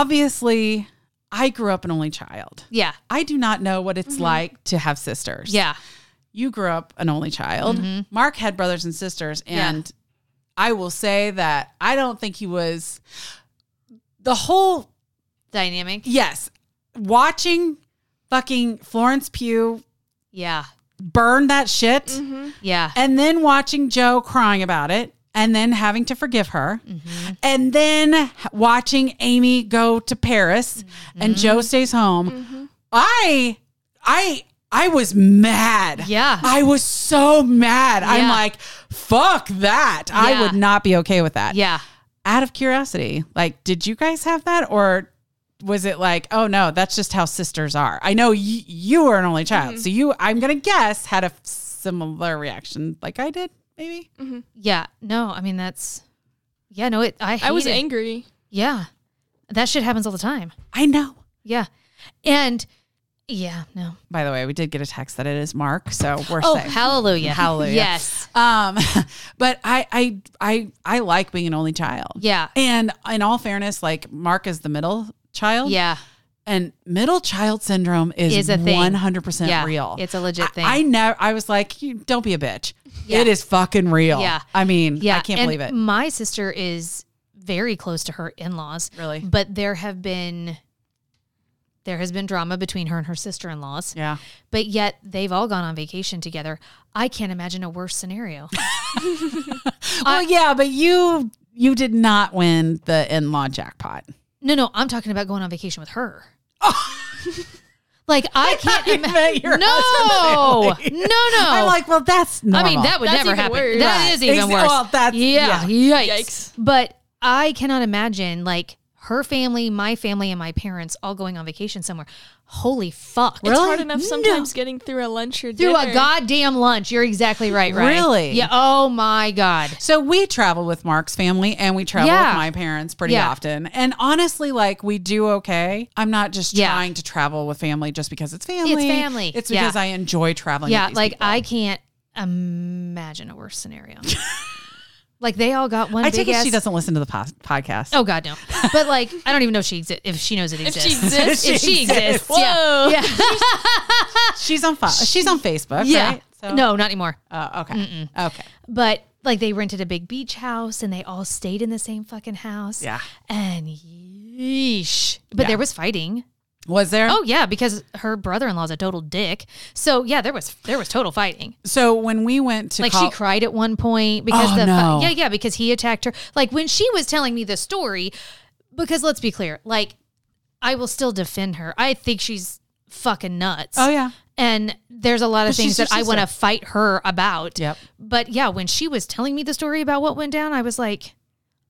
S1: obviously I grew up an only child.
S2: Yeah.
S1: I do not know what it's like to have sisters.
S2: Mm-hmm. Yeah. Mm-hmm.
S1: You grew up an only child. Mark had brothers and sisters
S2: Yeah.
S1: and I will say that I don't think he was the whole
S2: Dynamic.
S1: yes, watching fucking Florence Pugh
S2: Yeah.
S1: burn that shit
S2: Yeah.
S1: and then watching Joe crying about it and then having to forgive her,
S2: Mm-hmm.
S1: and then h- watching Amy go to Paris
S2: Mm-hmm.
S1: and Joe stays home. I, I, I was mad.
S2: Yeah.
S1: I was so mad. I'm
S2: Yeah.
S1: like, fuck that. I
S2: Yeah.
S1: would not be okay with that.
S2: Yeah.
S1: Out of curiosity, like, did you guys have that or was it like, oh no, that's just how sisters are? I know y- you were an only child.
S2: Mm-hmm.
S1: So you, I'm going to guess, had a f- similar reaction like I did, maybe?
S2: Mm. Yeah. No, I mean that's yeah, no, it I
S3: I was
S2: hated-
S3: angry.
S2: Yeah. That shit happens all the time.
S1: I know.
S2: Yeah. And yeah, no.
S1: By the way, we did get a text that it is Mark. So we're
S2: Oh,
S1: safe.
S2: hallelujah.
S1: Hallelujah.
S2: Yes.
S1: um, but I, I, I, I like being an only child.
S2: Yeah.
S1: And in all fairness, like Mark is the middle child.
S2: Yeah.
S1: And middle child syndrome is,
S2: Is a thing.
S1: 100%
S2: Yeah.
S1: real.
S2: It's a legit
S1: I-
S2: thing.
S1: I, never, I was like, you, don't be a bitch.
S2: Yeah.
S1: It is fucking real.
S2: Yeah.
S1: I mean,
S2: Yeah.
S1: I can't
S2: and
S1: believe it.
S2: My sister is very close to her in laws.
S1: Really?
S2: But there have been there has been drama between her and her sister in laws.
S1: Yeah.
S2: But yet they've all gone on vacation together. I can't imagine a worse scenario. uh,
S1: well, yeah, but you, you did not win the in law jackpot.
S2: no, no, I'm talking about going on vacation with her. like I can't
S1: you meant your
S2: imagine. No,
S1: husband's
S2: no, no.
S1: I'm like, well, that's
S2: I
S1: normal.
S2: mean, that would
S3: That's
S2: never
S3: even
S2: happen. That
S3: worse.
S2: is
S1: Right.
S2: even
S1: Ex-
S2: worse.
S1: well, that's-
S2: yeah, Yikes.
S3: Yikes.
S2: But I cannot imagine like her family, my family, and my parents all going on vacation somewhere. Holy fuck!
S1: Really?
S3: It's hard enough sometimes getting through a lunch or
S2: Through
S3: dinner.
S2: a goddamn lunch. You're exactly right, right?
S1: Really?
S2: Yeah. Oh my god.
S1: So we travel with Mark's family and we travel
S2: Yeah.
S1: with my parents pretty
S2: Yeah.
S1: often. And honestly, like we do okay. I'm not just
S2: Yeah.
S1: trying to travel with family just because it's family.
S2: family.
S1: It's
S2: Yeah.
S1: because I enjoy traveling.
S2: Yeah.
S1: with these
S2: Like
S1: people.
S2: I can't imagine a worse scenario. like they all got one.
S1: I
S2: big
S1: take it
S2: ass-
S1: she doesn't listen to the pos- podcast.
S2: Oh God, no! But like, I don't even know if she exists. If she knows it
S3: If
S2: exists,
S3: she exists,
S2: if she exists, yeah,
S3: Whoa.
S2: yeah,
S1: She's on fi- she's on Facebook.
S2: yeah.
S1: Right? So,
S2: No, not anymore.
S1: Oh, okay. Okay.
S2: But like they rented a big beach house and they all stayed in the same fucking house.
S1: Yeah.
S2: And yeesh. But
S1: Yeah.
S2: there was fighting.
S1: Was there?
S2: Oh yeah, because her brother in law's a total dick. So yeah, there was there was total fighting.
S1: So when we went to
S2: Like
S1: col-
S2: she cried at one point because
S1: Oh,
S2: the
S1: no.
S2: yeah, yeah, because he attacked her. Like when she was telling me the story, because let's be clear, like I will still defend her. I think she's fucking nuts.
S1: Oh yeah.
S2: And there's a lot of
S1: But she's
S2: things that
S1: your
S2: I want to
S1: sister.
S2: fight her about.
S1: Yep.
S2: But yeah, when she was telling me the story about what went down, I was like,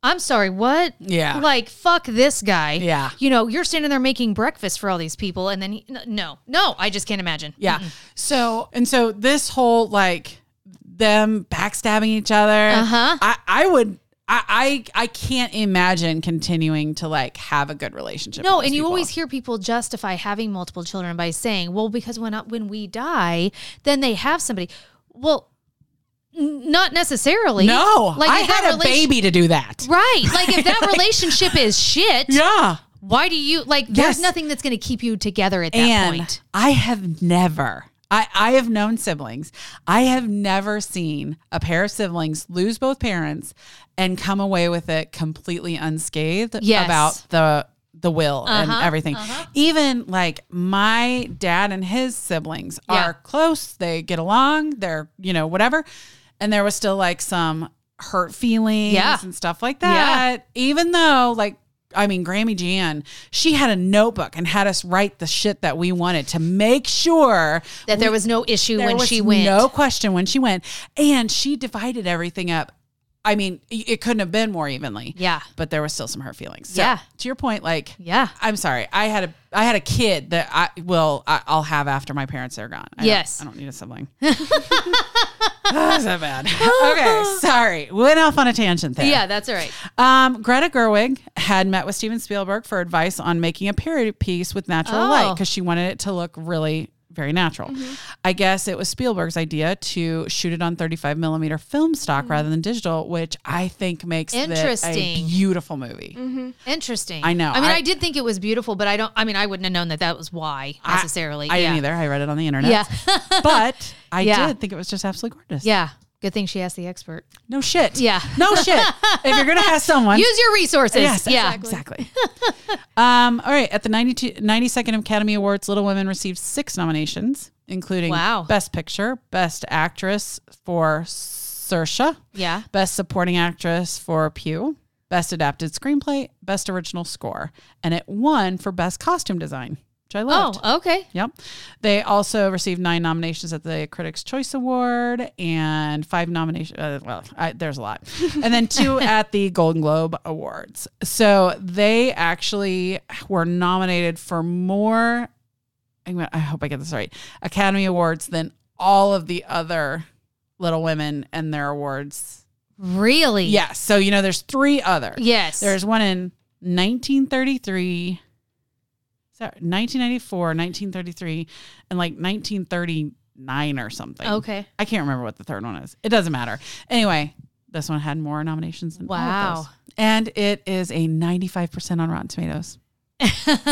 S2: I'm sorry, what?
S1: Yeah.
S2: Like, fuck this guy.
S1: Yeah.
S2: You know, you're standing there making breakfast for all these people. And then, he, n- no, no, I just can't imagine.
S1: Yeah. So and so this whole like them backstabbing each other.
S2: Uh-huh.
S1: I I would I I, I can't imagine continuing to like have a good relationship.
S2: No,
S1: with those
S2: and you
S1: people.
S2: always hear people justify having multiple children by saying, well, because when, I- when we die, then they have somebody. Well, n- not necessarily.
S1: no. Like I
S2: if that
S1: had a
S2: relation-
S1: baby to do that.
S2: Right. Like, if that relationship is shit,
S1: Yeah.
S2: why do you, like,
S1: Yes.
S2: there's nothing that's going to keep you together at that
S1: and
S2: point.
S1: I have never. I, I have known siblings. I have never seen a pair of siblings lose both parents and come away with it completely unscathed
S2: Yes.
S1: about the the will
S2: Uh-huh,
S1: and everything. Even like my dad and his siblings
S2: Yeah.
S1: are close. They get along. They're, you know, whatever. And there was still like some hurt feelings
S2: Yeah.
S1: and stuff like
S2: Yeah.
S1: that. Even though like I mean, Grammy Jan, she had a notebook and had us write the shit that we wanted to make sure
S2: that there was no issue
S1: there
S2: when
S1: was
S2: she went.
S1: No question when she went. And she divided everything up. I mean, y- it couldn't have been more evenly.
S2: Yeah.
S1: But there was still some hurt feelings. So,
S2: Yeah.
S1: To your point, like
S2: Yeah.
S1: I'm sorry. I had a I had a kid that I will I, I'll have after my parents are gone. I don't-
S2: Yes.
S1: I don't need a sibling. That's not bad. Okay, sorry. Went off on a tangent there.
S2: Yeah, that's all right.
S1: Um, Greta Gerwig had met with Steven Spielberg for advice on making a period piece with natural
S2: Oh. Mm-hmm.
S1: light because she wanted it to look really very natural. I guess it was Spielberg's idea to shoot it on 35 millimeter film stock rather than digital, which I think makes it a
S2: Mm-hmm. Interesting. Mm-hmm.
S1: beautiful movie.
S2: Interesting.
S1: I know.
S2: I mean,
S1: I-
S2: I, did think it was beautiful, but I don't. I mean, I wouldn't have known that that was why
S1: I-
S2: necessarily.
S1: I,
S2: yeah.
S1: didn't either. I read it on the internet.
S2: Yeah.
S1: but I
S2: Yeah.
S1: did think it was just absolutely gorgeous.
S2: yeah. Good thing she asked the expert.
S1: No shit.
S2: Yeah.
S1: No shit. if you're gonna have someone,
S2: Use your resources.
S1: Yes,
S2: yeah.
S1: exactly. um, all right. At the 92, 92nd Academy Awards, Little Women received six nominations, including
S2: Wow.
S1: Best Picture, Best Actress for S- Saoirse,
S2: Yeah.
S1: Best Supporting Actress for Pew, Best Adapted Screenplay, Best Original Score, and it won for Best Costume Design, which I loved.
S2: Oh, okay.
S1: Yep. They also received nine nominations at the Critics' Choice Award and five nominations. Uh, well, I, there's a lot. And then two at the Golden Globe Awards. So they actually were nominated for more. I'm gonna, I hope I get this right. Academy Awards than all of the other Little Women and their awards.
S2: Really?
S1: Yes. so, you know, there's three other.
S2: Yes.
S1: There's one in 1933, sorry, 1994, 1933, and like 1939 or something.
S2: okay.
S1: I can't remember what the third one is. It doesn't matter. Anyway, this one had more nominations than all of
S2: Wow.
S1: those. And it is a 95% on Rotten Tomatoes.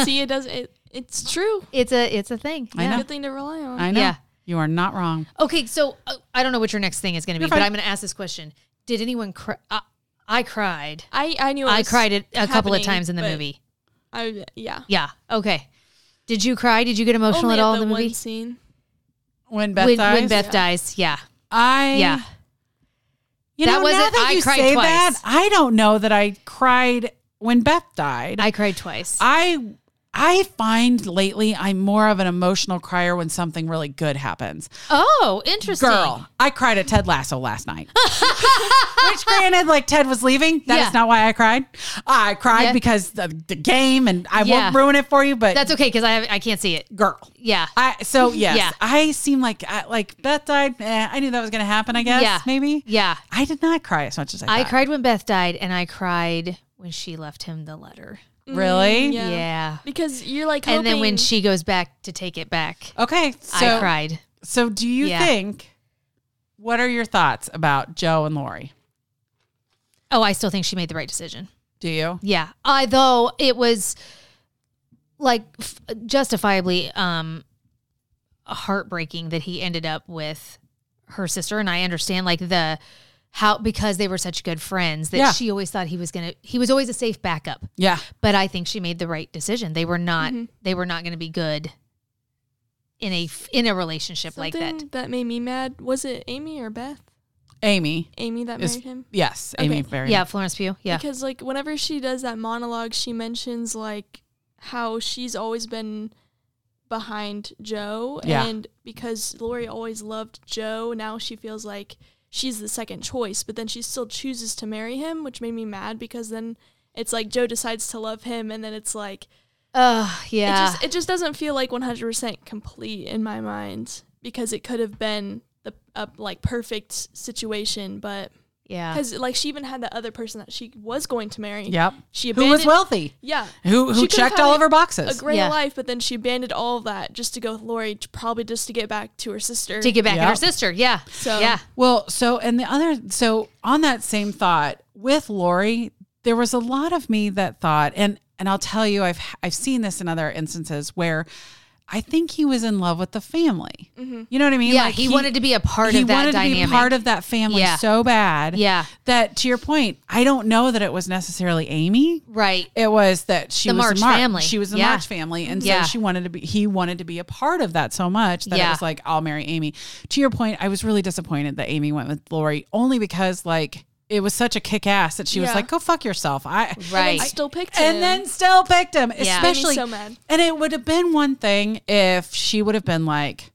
S3: See, it does. It, it's true.
S2: It's a it's a thing.
S1: I
S2: Yeah.
S1: know.
S3: Good thing to rely on.
S1: I know.
S2: Oh, Yeah.
S1: You are not wrong.
S2: Okay, so uh, I don't know what your next thing is going to be,
S1: You're
S2: but
S1: fine.
S2: I'm going to ask this question. Did anyone cry? I, I cried.
S3: I, I knew. It
S2: I
S3: was
S2: cried it a couple of
S3: happening,
S2: times in the
S3: but
S2: movie.
S3: I yeah.
S2: Yeah. Okay. Did you cry? Did you get emotional
S3: Only
S2: at Oh, all
S3: at
S2: in the
S3: one
S2: movie?
S3: scene.
S1: When Beth
S2: when,
S1: dies,
S2: when Beth
S3: Yeah.
S2: dies. Yeah.
S1: I
S2: Yeah.
S1: You
S2: That
S1: know,
S2: wasn't-
S1: now that
S2: I
S1: you
S2: cried
S1: say
S2: twice.
S1: that, I don't know that I cried when Beth died.
S2: I cried twice.
S1: I I find lately I'm more of an emotional crier when something really good happens.
S2: oh, interesting.
S1: Girl, I cried at Ted Lasso last night. Which granted, like Ted was leaving. That is
S2: Yeah.
S1: not why I cried. I cried
S2: Yeah.
S1: because the, the game and I
S2: Yeah.
S1: won't ruin it for you, but
S2: That's okay because I have, I can't see it.
S1: girl.
S2: Yeah.
S1: I so yes,
S2: Yeah.
S1: I seem like I, like Beth died. Eh, I knew that was gonna happen, I guess.
S2: Yeah.
S1: Maybe.
S2: Yeah.
S1: I did not cry as much as I
S2: I
S1: thought.
S2: cried when Beth died, and I cried when she left him the letter.
S1: Really?
S3: Yeah.
S2: Mm, Yeah.
S3: Because you're like
S2: And then when
S3: hoping-
S2: she goes back to take it back,
S1: Okay. So
S2: I cried.
S1: so do you
S2: Yeah.
S1: think what are your thoughts about Joe and Lori?
S2: Oh, I still think she made the right decision.
S1: Do you?
S2: Yeah. I though it was like f- justifiably um heartbreaking that he ended up with her sister and I understand like the how because they were such good friends that
S1: Yeah.
S2: she always thought he was going to he was always a safe backup.
S1: Yeah.
S2: But I think she made the right decision. They were not
S3: Mm-hmm.
S2: they were not going to be good in a f- in a relationship
S3: something
S2: like that.
S3: made me mad. Was it Amy or Beth?
S1: Amy.
S3: Amy that
S1: Is-
S3: married him.
S1: Yes, Amy Berry.
S2: Yeah, Florence Pugh. Yeah.
S3: Because like whenever she does that monologue, she mentions like how she's always been behind Joe,
S1: Yeah.
S3: and because Lori always loved Joe, now she feels like she's the second choice. But then she still chooses to marry him, which made me mad because then it's like Joe decides to love him, and then it's like
S2: Ugh, yeah.
S3: it just it just doesn't feel like 100 percent complete in my mind because it could have been the a, like perfect situation, but
S2: yeah.
S3: because like she even had that other person that she was going to marry.
S1: Yep.
S3: She
S1: Who was
S3: abandoned-
S1: wealthy?
S3: Yeah.
S1: Who
S3: She
S1: who
S3: could've
S1: checked
S3: had
S1: all of her
S3: A
S1: boxes?
S3: great
S2: Yeah.
S3: life, but then she abandoned all of that just to go with Lori, t- probably just to get back to her sister.
S2: To get back at
S1: Yeah.
S2: her sister. Yeah.
S3: So-
S2: yeah.
S1: Well, so and the other so on that same thought with Lori, there was a lot of me that thought and and I'll tell you I've I've seen this in other instances where I think he was in love with the family. You know what I mean?
S2: Mm-hmm. Yeah, he wanted to be a part of that
S1: He wanted to
S2: dynamic.
S1: be part of that family
S2: Yeah.
S1: so bad.
S2: Yeah.
S1: That to your point, I don't know that it was necessarily Amy.
S2: Right.
S1: It was that she
S2: The
S1: was
S2: March
S1: the March
S2: family.
S1: She was the
S2: Yeah.
S1: March family, and
S2: Yeah.
S1: so she wanted to be. He wanted to be a part of that so much that
S2: Yeah.
S1: it was like, "I'll marry Amy." To your point, I was really disappointed that Amy went with Lori only because like it was such a kick ass that she was
S3: Yeah.
S1: like, "Go fuck yourself." I
S2: Right.
S3: and still picked him.
S1: and then still picked him,
S2: Yeah. Made me
S1: especially.
S3: so mad.
S1: And it would have been one thing if she would have been like,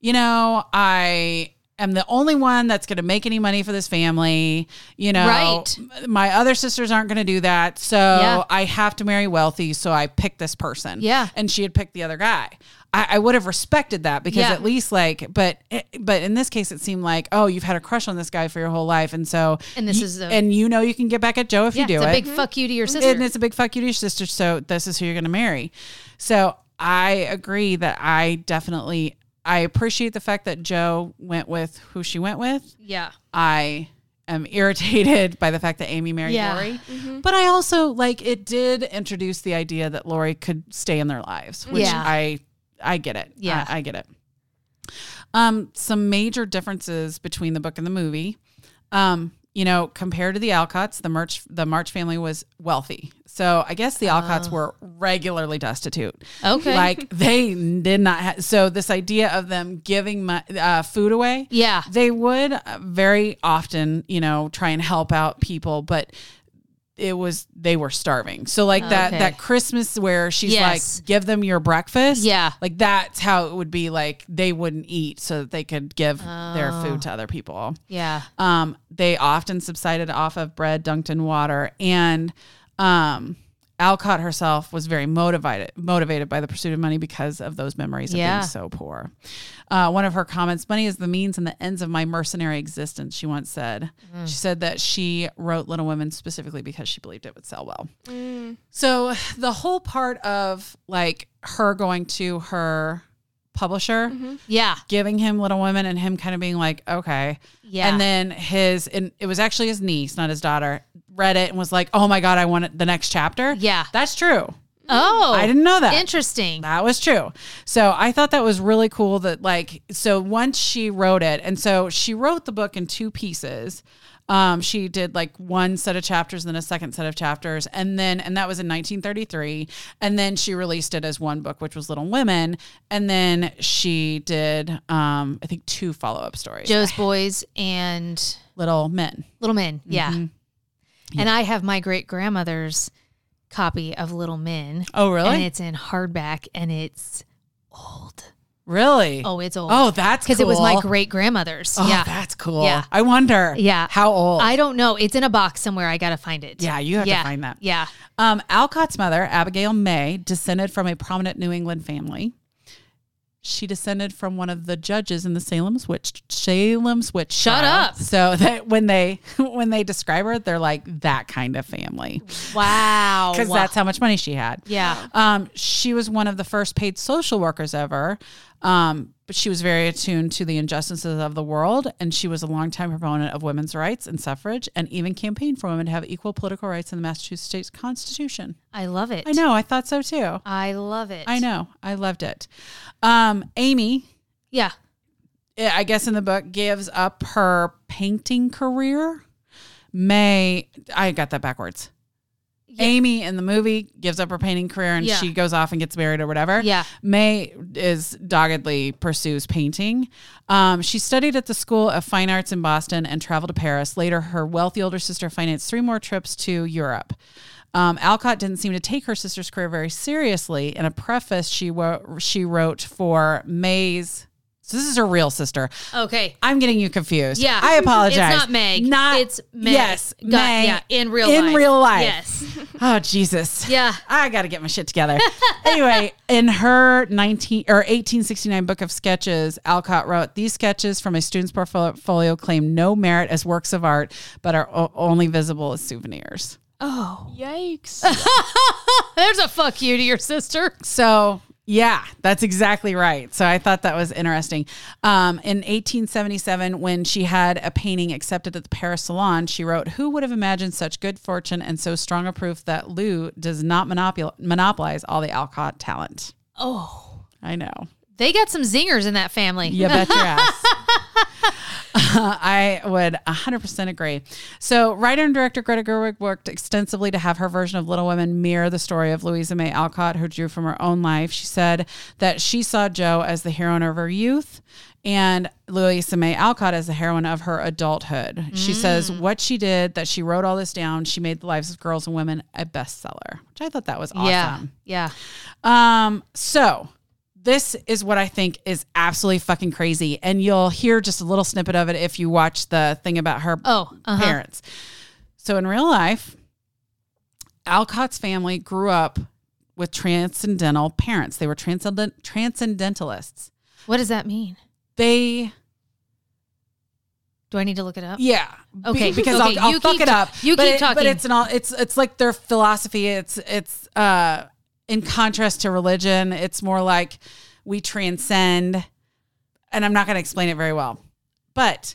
S1: you know, I am the only one that's going to make any money for this family. You know,
S2: Right.
S1: m- my other sisters aren't going to do that. So
S2: Yeah.
S1: I have to marry wealthy. So I picked this person.
S2: Yeah.
S1: And she had picked the other guy. I, I would have respected that because
S2: Yeah.
S1: at least like, but, it- but in this case, it seemed like, oh, you've had a crush on this guy for your whole life. And so,
S2: And this
S1: you-
S2: is a-
S1: and you know, you can get back at Joe if
S2: yeah,
S1: you do
S2: it's
S1: it Mm-hmm.
S2: a big fuck you to your sister.
S1: and it's a big fuck you to your sister. So this is who you're gonna marry. So I agree that I definitely I appreciate the fact that Joe went with who she went with.
S2: yeah.
S1: I am irritated by the fact that Amy married
S2: Yeah. Mm-hmm.
S1: Lori. But I also like it did introduce the idea that Lori could stay in their lives, which
S2: Yeah.
S1: I I get it.
S2: Yeah.
S1: I, I get it. Um, some major differences between the book and the movie. Um, you know, compared to the Alcotts, the March the March family was wealthy. So I guess the Alcotts were regularly destitute.
S2: Oh. Okay.
S1: Like they did not have. So this idea of them giving my, uh, food away,
S2: Yeah.
S1: they would uh, very often, you know, try and help out people, but it was they were starving. So like that
S2: Okay.
S1: that Christmas where she's
S2: Yes.
S1: like, give them your breakfast.
S2: Yeah.
S1: Like that's how it would be like they wouldn't eat so that they could give their food to other people.
S2: Yeah.
S1: Um, they often subsided off of bread dunked in water, and um, Alcott herself was very motivated motivated by the pursuit of money because of those memories of
S2: Yeah.
S1: being so poor. Uh, one of her comments: "Money is the means and the ends of my mercenary existence." She once said. She said that she wrote Little Women specifically because she believed it would sell well. So the whole part of like her going to her publisher
S2: Yeah.
S1: giving him Little Women and him kind of being like, okay.
S2: Yeah.
S1: And then his, and it was actually his niece, not his daughter, read it and was like, oh my God, I want it, the next chapter.
S2: Yeah.
S1: That's true.
S2: Oh.
S1: I didn't know that.
S2: Interesting.
S1: That was true. So I thought that was really cool that like so once she wrote it and so she wrote the book in two pieces. Um, she did like one set of chapters and then a second set of chapters and then and that was in 1933 and then she released it as one book which was Little Women and then she did um, I think two follow-up stories.
S2: Joe's Boys and
S1: Little Men.
S2: Little Men.
S1: Mm-hmm.
S2: Yeah. And I have my great grandmother's copy of Little Men.
S1: Oh
S2: And
S1: really?
S2: it's in hardback and it's old.
S1: Really?
S2: Oh, it's old.
S1: Oh, that's
S2: Because it was my
S1: cool.
S2: great grandmother's.
S1: Oh,
S2: yeah.
S1: that's cool.
S2: Yeah.
S1: I wonder.
S2: Yeah.
S1: How old?
S2: I don't know. It's in a box somewhere. I got to find it.
S1: yeah, you have to find that.
S2: Yeah.
S1: Um, Alcott's mother, Abigail May, descended from a prominent New England family. She descended from one of the judges in the Salem's witch Salem's witch.
S2: Shut
S1: trial.
S2: up.
S1: So that when they when they describe her, they're like that kind of family
S2: Oh, Wow.
S1: because that's how much money she had.
S2: Yeah.
S1: Um, she was one of the first paid social workers ever. Um, but she was very attuned to the injustices of the world, and she was a longtime proponent of women's rights and suffrage, and even campaigned for women to have equal political rights in the Massachusetts state's constitution.
S2: I love it.
S1: I know. I thought so too.
S2: I love it.
S1: I know. I loved it. Um, Amy,
S2: Yeah.
S1: eh, I guess in the book, gives up her painting career. May, I got that backwards.
S2: Yeah.
S1: Amy in the movie gives up her painting career and
S2: Yeah.
S1: she goes off and gets married or whatever.
S2: Yeah.
S1: May is doggedly pursues painting. Um, she studied at the School of Fine Arts in Boston and traveled to Paris. Later, her wealthy older sister financed three more trips to Europe. Um, Alcott didn't seem to take her sister's career very seriously. In a preface, she wo- she wrote for May's. So this is her real sister.
S2: Okay.
S1: I'm getting you confused.
S2: Yeah.
S1: I apologize.
S2: It's not Meg.
S1: Not
S2: it's Meg.
S1: Yes,
S2: Got-
S1: May.
S2: Yeah. In real
S1: in
S2: life.
S1: real life.
S2: Yes.
S1: Oh Jesus.
S2: Yeah.
S1: I got to get my shit together. anyway, in her 19 or 1869 book of sketches, Alcott wrote, "These sketches from a student's portfolio claim no merit as works of art, but are o- only visible as souvenirs."
S2: Oh.
S3: Yikes.
S2: There's a fuck you to your sister.
S1: So, yeah, that's exactly right. So I thought that was interesting. Um, in 1877, when she had a painting accepted at the Paris Salon, she wrote, "Who would have imagined such good fortune and so strong a proof that Lou does not monopol- monopolize all the Alcott talent?"
S2: Oh.
S1: I know.
S2: They got some zingers in that family.
S1: You bet your ass. Uh, I would 100% agree. So, writer and director Greta Gerwig worked extensively to have her version of Little Women mirror the story of Louisa May Alcott, who drew from her own life. She said that she saw Joe as the heroine of her youth and Louisa May Alcott as the heroine of her adulthood. She says what she did, that she wrote all this down, she made the lives of girls and women a bestseller, which I thought that was awesome.
S2: Yeah. Yeah.
S1: Um, so this is what I think is absolutely fucking crazy. And you'll hear just a little snippet of it if you watch the thing about her
S2: Oh. Uh-huh.
S1: parents. So in real life, Alcott's family grew up with transcendental parents. They were transcendent transcendentalists.
S2: What does that mean?
S1: They
S2: Do I need to look it up?
S1: Yeah. Be-
S2: Okay.
S1: because
S2: Okay,
S1: I'll, I'll
S2: you
S1: fuck
S2: keep
S1: it
S2: ta-
S1: up.
S2: you
S1: but
S2: keep
S1: it- But
S2: talking.
S1: it's an all. It's it's like their philosophy. It's it's uh in contrast to religion. It's more like we transcend. And I'm not going to explain it very well, but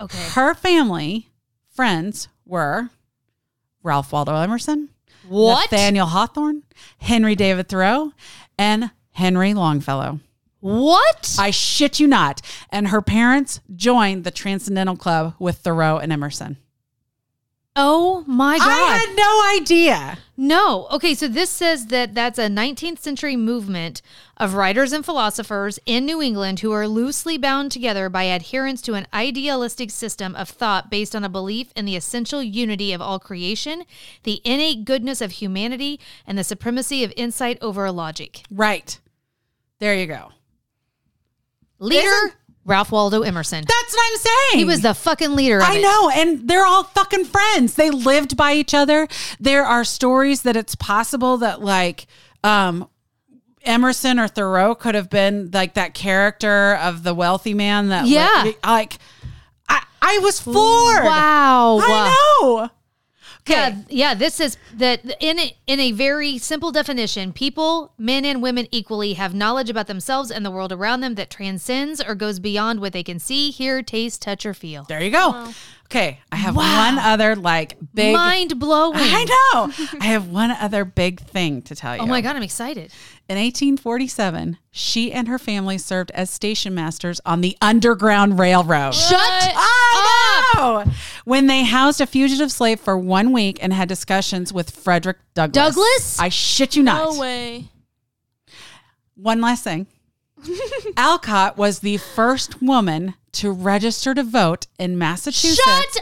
S2: Okay.
S1: her family friends were Ralph Waldo Emerson,
S2: What?
S1: Nathaniel Hawthorne, Henry David Thoreau, and Henry Longfellow.
S2: What?
S1: I shit you not. And her parents joined the Transcendental Club with Thoreau and Emerson.
S2: oh my god.
S1: I had no idea.
S2: No. Okay, so this says that that's a 19th century movement of writers and philosophers in New England who are loosely bound together by adherence to an idealistic system of thought based on a belief in the essential unity of all creation, the innate goodness of humanity, and the supremacy of insight over logic.
S1: Right. There you go.
S2: Leader
S1: Isn't-
S2: Ralph Waldo Emerson.
S1: That's what I'm saying.
S2: he was the fucking leader of
S1: I
S2: it.
S1: know, and they're all fucking friends. They lived by each other. There are stories that it's possible that like um Emerson or Thoreau could have been like that character of the wealthy man that
S2: Yeah.
S1: li- like I I was floored.
S2: Wow.
S1: I know.
S2: Yeah, yeah, this is that in a, in a very simple definition, people, men and women equally have knowledge about themselves and the world around them that transcends or goes beyond what they can see, hear, taste, touch or feel.
S1: There you go. Okay, I have one other like big
S2: Mind blowing.
S1: I know. I have one other big thing to tell you.
S2: Oh my god, I'm excited.
S1: In 1847, she and her family served as station masters on the Underground Railroad.
S2: Shut
S1: I know! When they housed a fugitive slave for one week and had discussions with Frederick Douglass.
S2: Douglass?
S1: I shit you not.
S3: No way.
S1: One last thing. Alcott was the first woman to register to vote in Massachusetts
S2: Shut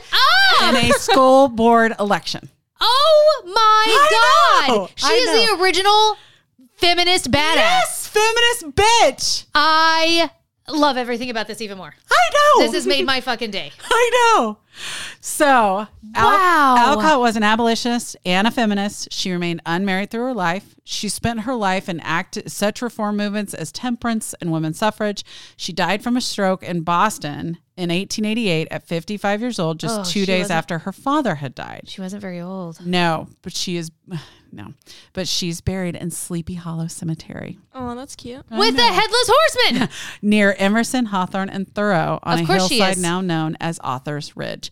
S1: in
S2: up!
S1: a school board election.
S2: Oh
S1: I
S2: my
S1: know,
S2: god. She
S1: I
S2: is the original feminist badass.
S1: Yes, feminist bitch.
S2: I love everything about this even more.
S1: I know.
S2: This has made my fucking day.
S1: I know. So, Al-
S2: Wow.
S1: Alcott was an abolitionist and a feminist. She remained unmarried through her life. She spent her life in act- such reform movements as temperance and women's suffrage. She died from a stroke in Boston in 1888 at 55 years old, just
S2: Oh,
S1: two
S2: she
S1: days
S2: wasn't-
S1: after her father had died.
S2: She wasn't very old.
S1: No, but she is no, but she's buried in Sleepy Hollow Cemetery
S3: Oh, that's cute.
S2: With the headless horseman.
S1: near Emerson, Hawthorne, and Thoreau on
S2: Of
S1: a
S2: course she
S1: hillside
S2: is.
S1: now known as Author's Ridge.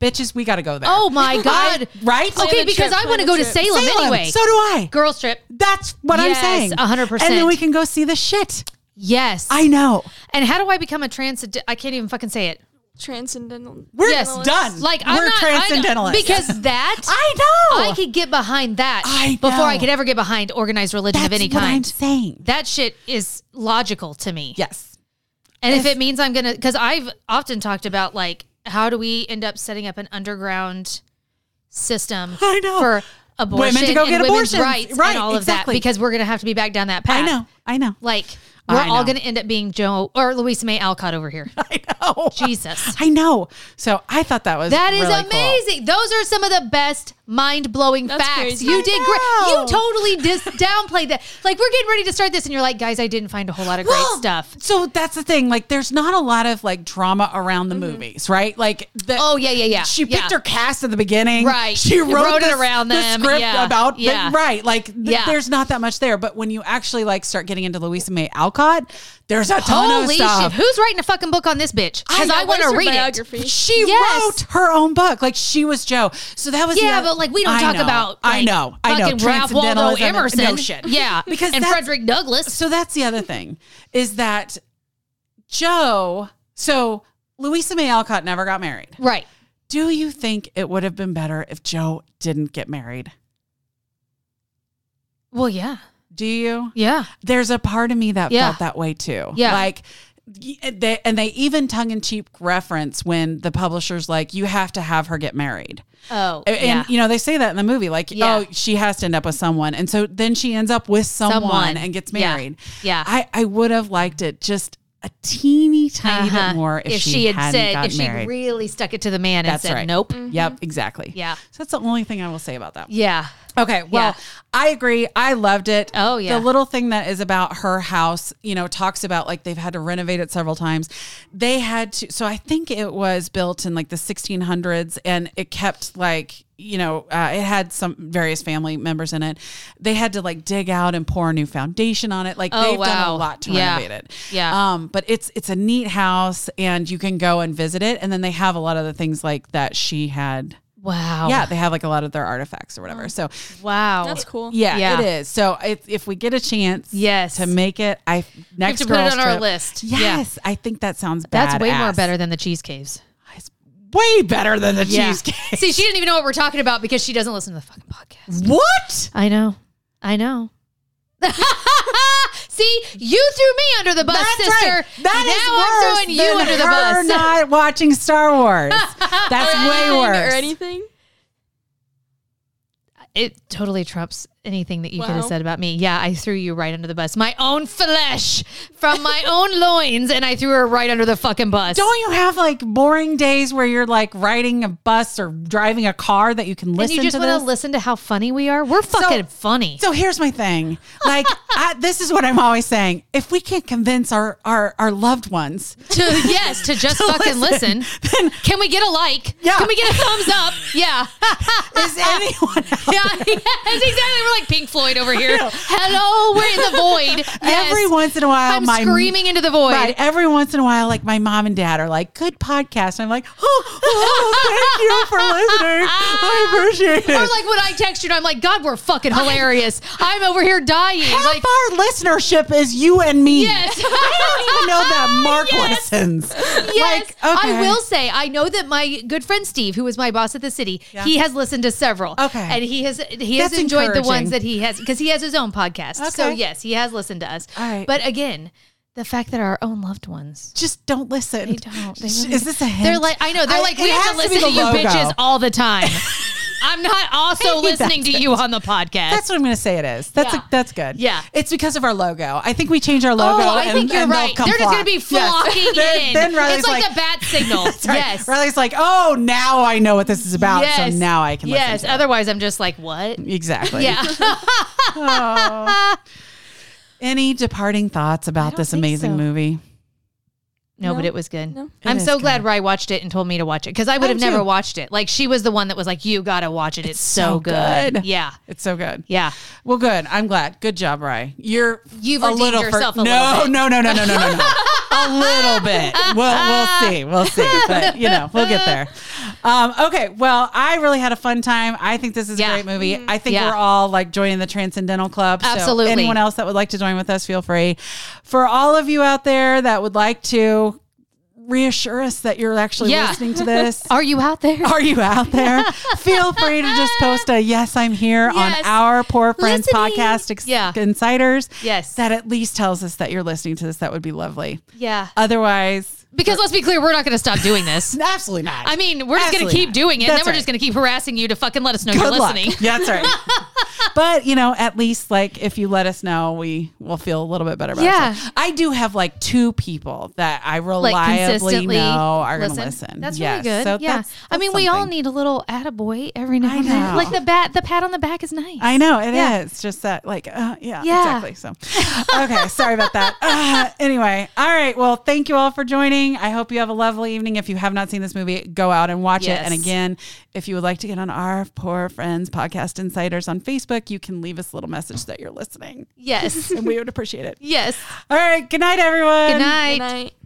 S1: Bitches, we got to go there.
S2: Oh my god!
S1: right?
S2: Okay,
S3: Plan the
S2: because
S3: trip,
S2: I want to go
S3: plan the
S2: to
S3: trip.
S2: Salem,
S1: Salem.
S2: anyway.
S1: So do I.
S2: Girls trip.
S1: That's what
S2: Yes,
S1: I'm saying.
S2: 100%.
S1: And then we can go see the shit.
S2: Yes.
S1: I know.
S2: and how do I become a trans? I can't even fucking say it.
S3: Transcendental.
S1: We're
S2: Yes.
S1: done.
S2: Like I'm
S1: we're
S2: not,
S1: transcendentalists.
S2: I, because that
S1: I know.
S2: I could get behind that
S1: I know.
S2: before I could ever get behind organized religion
S1: That's
S2: of any
S1: what I'm
S2: kind.
S1: saying.
S2: That shit is logical to me.
S1: Yes.
S2: And if, it means I'm gonna, because I've often talked about like, how do we end up setting up an underground system
S1: I know.
S2: for abortion
S1: Women to go
S2: and
S1: get
S2: women's
S1: abortions.
S2: rights
S1: Right,
S2: and all of
S1: exactly.
S2: that because we're gonna have to be back down that
S1: I
S2: path.
S1: know. I know.
S2: Like we're
S1: I
S2: all
S1: know.
S2: gonna end up being Joe or Louisa May Alcott over here.
S1: I know.
S2: Jesus.
S1: I know. So I thought that was
S2: That is
S1: really cool.
S2: amazing. Those are some of the best mind blowing
S3: That's
S2: facts.
S3: crazy.
S2: You
S3: I
S2: did
S1: know.
S2: great. You totally dis- downplayed that. Like we're getting ready to start this, and you're like, guys, I didn't find a whole lot of great
S1: Well,
S2: stuff.
S1: So that's the thing. Like, there's not a lot of like drama around the movies, right? Like, the,
S2: Mm-hmm. Oh, yeah, yeah, yeah.
S1: She picked
S2: Yeah.
S1: her cast at the beginning,
S2: Right.
S1: She wrote,
S2: Wrote it
S1: the-
S2: around
S1: the
S2: them.
S1: script
S2: Yeah.
S1: about, the-
S2: Yeah.
S1: right? Like, th-
S2: Yeah.
S1: there's not that much there. But when you actually like start getting into Louisa May Alcott, there's a ton of
S2: Holy shit!
S1: stuff.
S2: Who's writing a fucking book on this bitch? Because I,
S3: Yeah,
S2: want
S3: what is
S2: to
S3: her
S2: read it.
S3: biography?
S1: She
S2: Yes.
S1: wrote her own book, like she was Joe. So that was the
S2: Yeah,
S1: other-
S2: but like we don't
S1: I
S2: talk
S1: know.
S2: about.
S1: I
S2: like,
S1: know, I know.
S2: Fucking Ralph Waldo
S1: Transcendentalism and-
S2: Emerson.
S1: no shit.
S2: Yeah,
S1: because
S2: and
S1: that's-
S2: Frederick Douglass.
S1: So that's the other thing is that Joe. So Louisa May Alcott never got married.
S2: right.
S1: Do you think it would have been better if Joe didn't get married?
S2: Well, yeah,
S1: Do you?
S2: yeah.
S1: There's a part of me that
S2: Yeah.
S1: felt that way too.
S2: Yeah.
S1: Like, y- eh, they, and they even tongue in cheek reference when the publisher's like, you have to have her get married.
S2: Oh,
S1: A- And,
S2: yeah.
S1: you know, they say that in the movie, like,
S2: Yeah.
S1: oh, she has to end up with someone. And so then she ends up with someone,
S2: Someone.
S1: and gets
S2: Yeah.
S1: married.
S2: Yeah.
S1: I, I would have liked it just a teeny tiny
S2: Uh-huh.
S1: bit more if, she,
S2: had
S1: hadn't
S2: said,
S1: gotten
S2: if she
S1: married.
S2: really stuck it to the man
S1: That's
S2: and said,
S1: right.
S2: nope.
S1: Yep, exactly.
S2: Yeah.
S1: So that's the only thing I will say about that.
S2: Yeah.
S1: Okay, well,
S2: Yeah.
S1: I agree. I loved it.
S2: Oh, yeah.
S1: The little thing that is about her house, you know, talks about like they've had to renovate it several times. They had to, so I think it was built in like the 1600s and it kept like, you know, uh, it had some various family members in it. They had to like dig out and pour a new foundation on it. Like
S2: Oh,
S1: they've done a
S2: wow.
S1: lot to
S2: Yeah.
S1: renovate it.
S2: Yeah.
S1: Um, but it's it's a neat house and you can go and visit it. And then they have a lot of the things like that she had
S2: Wow.
S1: Yeah, they have like a lot of their artifacts or whatever. So
S2: Wow.
S3: That's cool.
S1: yeah,
S2: Yeah.
S1: it is. So if if we get a chance,
S2: Yes.
S1: to make it, I
S2: We have
S1: next
S2: to put it
S1: girls
S2: on our
S1: trip-
S2: list. Yeah.
S1: Yes, I think that sounds
S2: That's way more
S1: badass.
S2: better than the cheese caves.
S1: It's way better than the cheesecake.
S2: See, she didn't even know what we're talking about because she doesn't listen to the fucking podcast.
S1: What?
S2: I know. I know. See, you threw me under the bus, sister.
S1: right. That is
S2: now I'm throwing
S1: worse
S2: you under
S1: than
S2: the
S1: her
S2: bus.
S1: not watching Star Wars. That's way
S3: Anything
S1: worse.
S3: Or anything?
S2: It totally trumps anything that you could have
S3: Wow.
S2: said about me. Yeah, I threw you right under the bus. My own flesh from my own loins, and I threw her right under the fucking bus.
S1: Don't you have like boring days where you're like riding a bus or driving a car that you can
S2: and
S1: listen
S2: you just
S1: to
S2: want
S1: this?
S2: to listen to how funny we are? We're fucking funny.
S1: So here's my thing. Like I, this is what I'm always saying. If we can't convince our our, our loved ones,
S2: to yes, to just fucking listen.
S1: then
S2: Can we get a like?
S1: Yeah.
S2: Can we get a thumbs up? Yeah.
S1: is anyone out
S2: Yeah, yes, exactly. We're like Pink Floyd over here. Hello, we're in the void. Yes.
S1: every once in a while
S2: I'm
S1: my
S2: screaming into the void.
S1: Right. Every once in a while, like my mom and dad are like, good podcast. And I'm like, oh, oh, thank you for listening. I appreciate
S2: Or
S1: it.
S2: like when I text you, and I'm like, God, we're fucking hilarious. I'm over here dying.
S1: Half
S2: like,
S1: our listenership is you and me.
S2: yes.
S1: I don't even know that Mark
S2: Yes.
S1: listens.
S2: Yes,
S1: Like,
S2: I
S1: okay.
S2: will say I know that my good friend Steve, who was my boss at the city,
S1: Yeah.
S2: he has listened to several.
S1: Okay.
S2: and he has he has
S1: That's
S2: enjoyed the
S1: encouraging.
S2: ones that he has because he has his own podcast. So
S1: Okay.
S2: yes, he has listened to us.
S1: All right.
S2: but again, the fact that our own loved ones.
S1: Just don't listen.
S2: They don't. They
S1: Is
S2: really-
S1: this a hint?
S2: They're like, I know. They're
S1: I-
S2: like,
S1: it
S2: we have
S1: has
S2: to
S1: be
S2: listen to,
S1: the
S2: you
S1: logo.
S2: bitches all the time. I'm not also
S1: Maybe
S2: listening to
S1: that's
S2: you on the podcast.
S1: That's what I'm going to say. It is. That's
S2: Yeah.
S1: a, that's good.
S2: Yeah.
S1: it's because of our logo. I think we change our logo.
S2: Oh, I
S1: and-
S2: think you're
S1: and they'll
S2: right.
S1: come
S2: They're just
S1: flock.
S2: going to be
S1: Yes.
S2: flocking
S1: Then-
S2: in.
S1: Then Riley's
S2: it's like,
S1: like
S2: the bat signal.
S1: Sorry.
S2: Yes.
S1: Riley's like, oh, now I know what this is about.
S2: Yes.
S1: So now I can
S2: Yes.
S1: listen. to
S2: Otherwise, I'm just like, what?
S1: it. Exactly.
S2: Yeah.
S1: Oh. Any departing thoughts
S2: I
S1: about
S2: don't
S1: this
S2: think
S1: amazing
S2: so.
S1: movie?
S2: No, but
S3: No.
S2: it was good.
S3: No. It
S2: I'm
S1: is
S2: so
S1: good.
S2: glad Rye watched it and told me to watch it because I would
S1: I
S2: have
S1: do.
S2: never watched it. Like she was the one that was like, "You gotta watch it. It's,
S1: so
S2: so, good.
S1: good.
S2: Yeah,
S1: It's so good.
S2: yeah.
S1: Well, good. I'm glad. Good job, Rye. You're
S2: You've
S1: a
S2: redeemed
S1: little fir-
S2: yourself a
S1: no,
S2: little bit.
S1: no, no, no, no, no, no, no. a little bit. Well, we'll see. We'll see. But you know, we'll get there. Um, okay. Well, I really had a fun time. I think this is
S2: Yeah. Mm-hmm.
S1: a great movie. I think
S2: Yeah.
S1: we're all like joining the Transcendental Club.
S2: Absolutely.
S1: So anyone else that would like to join with us, feel free. For all of you out there that would like to reassure us that you're actually
S2: Yeah.
S1: listening to this.
S2: Are you out there?
S1: Are you out there? Feel free to just post a yes, I'm here
S2: Yes.
S1: on our Poor Friends
S2: Listening.
S1: podcast, ex-
S2: Yeah.
S1: Insiders.
S2: Yes.
S1: That at least tells us that you're listening to this. That would be lovely.
S2: yeah.
S1: Otherwise,
S2: Because let's be clear, we're not going to stop doing this.
S1: absolutely not.
S2: I mean, we're just going to
S1: Absolutely
S2: keep
S1: not.
S2: doing it. and
S1: That's
S2: then we're
S1: right.
S2: just going to keep harassing you to fucking let us know you're
S1: good luck.
S2: listening.
S1: Yeah, that's right. but, you know, at least like if you let us know, we will feel a little bit better about
S2: Yeah.
S1: ourselves. I do have like two people that I reliably
S2: consistently
S1: know are going to listen.
S2: That's
S1: Yes.
S2: really good.
S1: So
S2: yeah.
S1: that's-
S2: I
S1: that's
S2: mean, we all
S1: something.
S2: need a little attaboy every now
S1: I
S2: and then.
S1: know.
S2: Like the bat, the pat on the back is nice.
S1: I know it is
S2: Yeah.
S1: Just that, like, uh, yeah,
S2: Yeah.
S1: exactly. So, okay, sorry about that. Uh, anyway, all right. Well, thank you all for joining. I hope you have a lovely evening. If you have not seen this movie, go out and watch it. And
S2: Yes.
S1: again, if you would like to get on our Poor Friends Podcast Insiders on Facebook, you can leave us a little message that you're listening,
S2: yes.
S1: and we would appreciate it.
S2: yes.
S1: All right. Good night, everyone.
S2: Good night.
S3: Good night.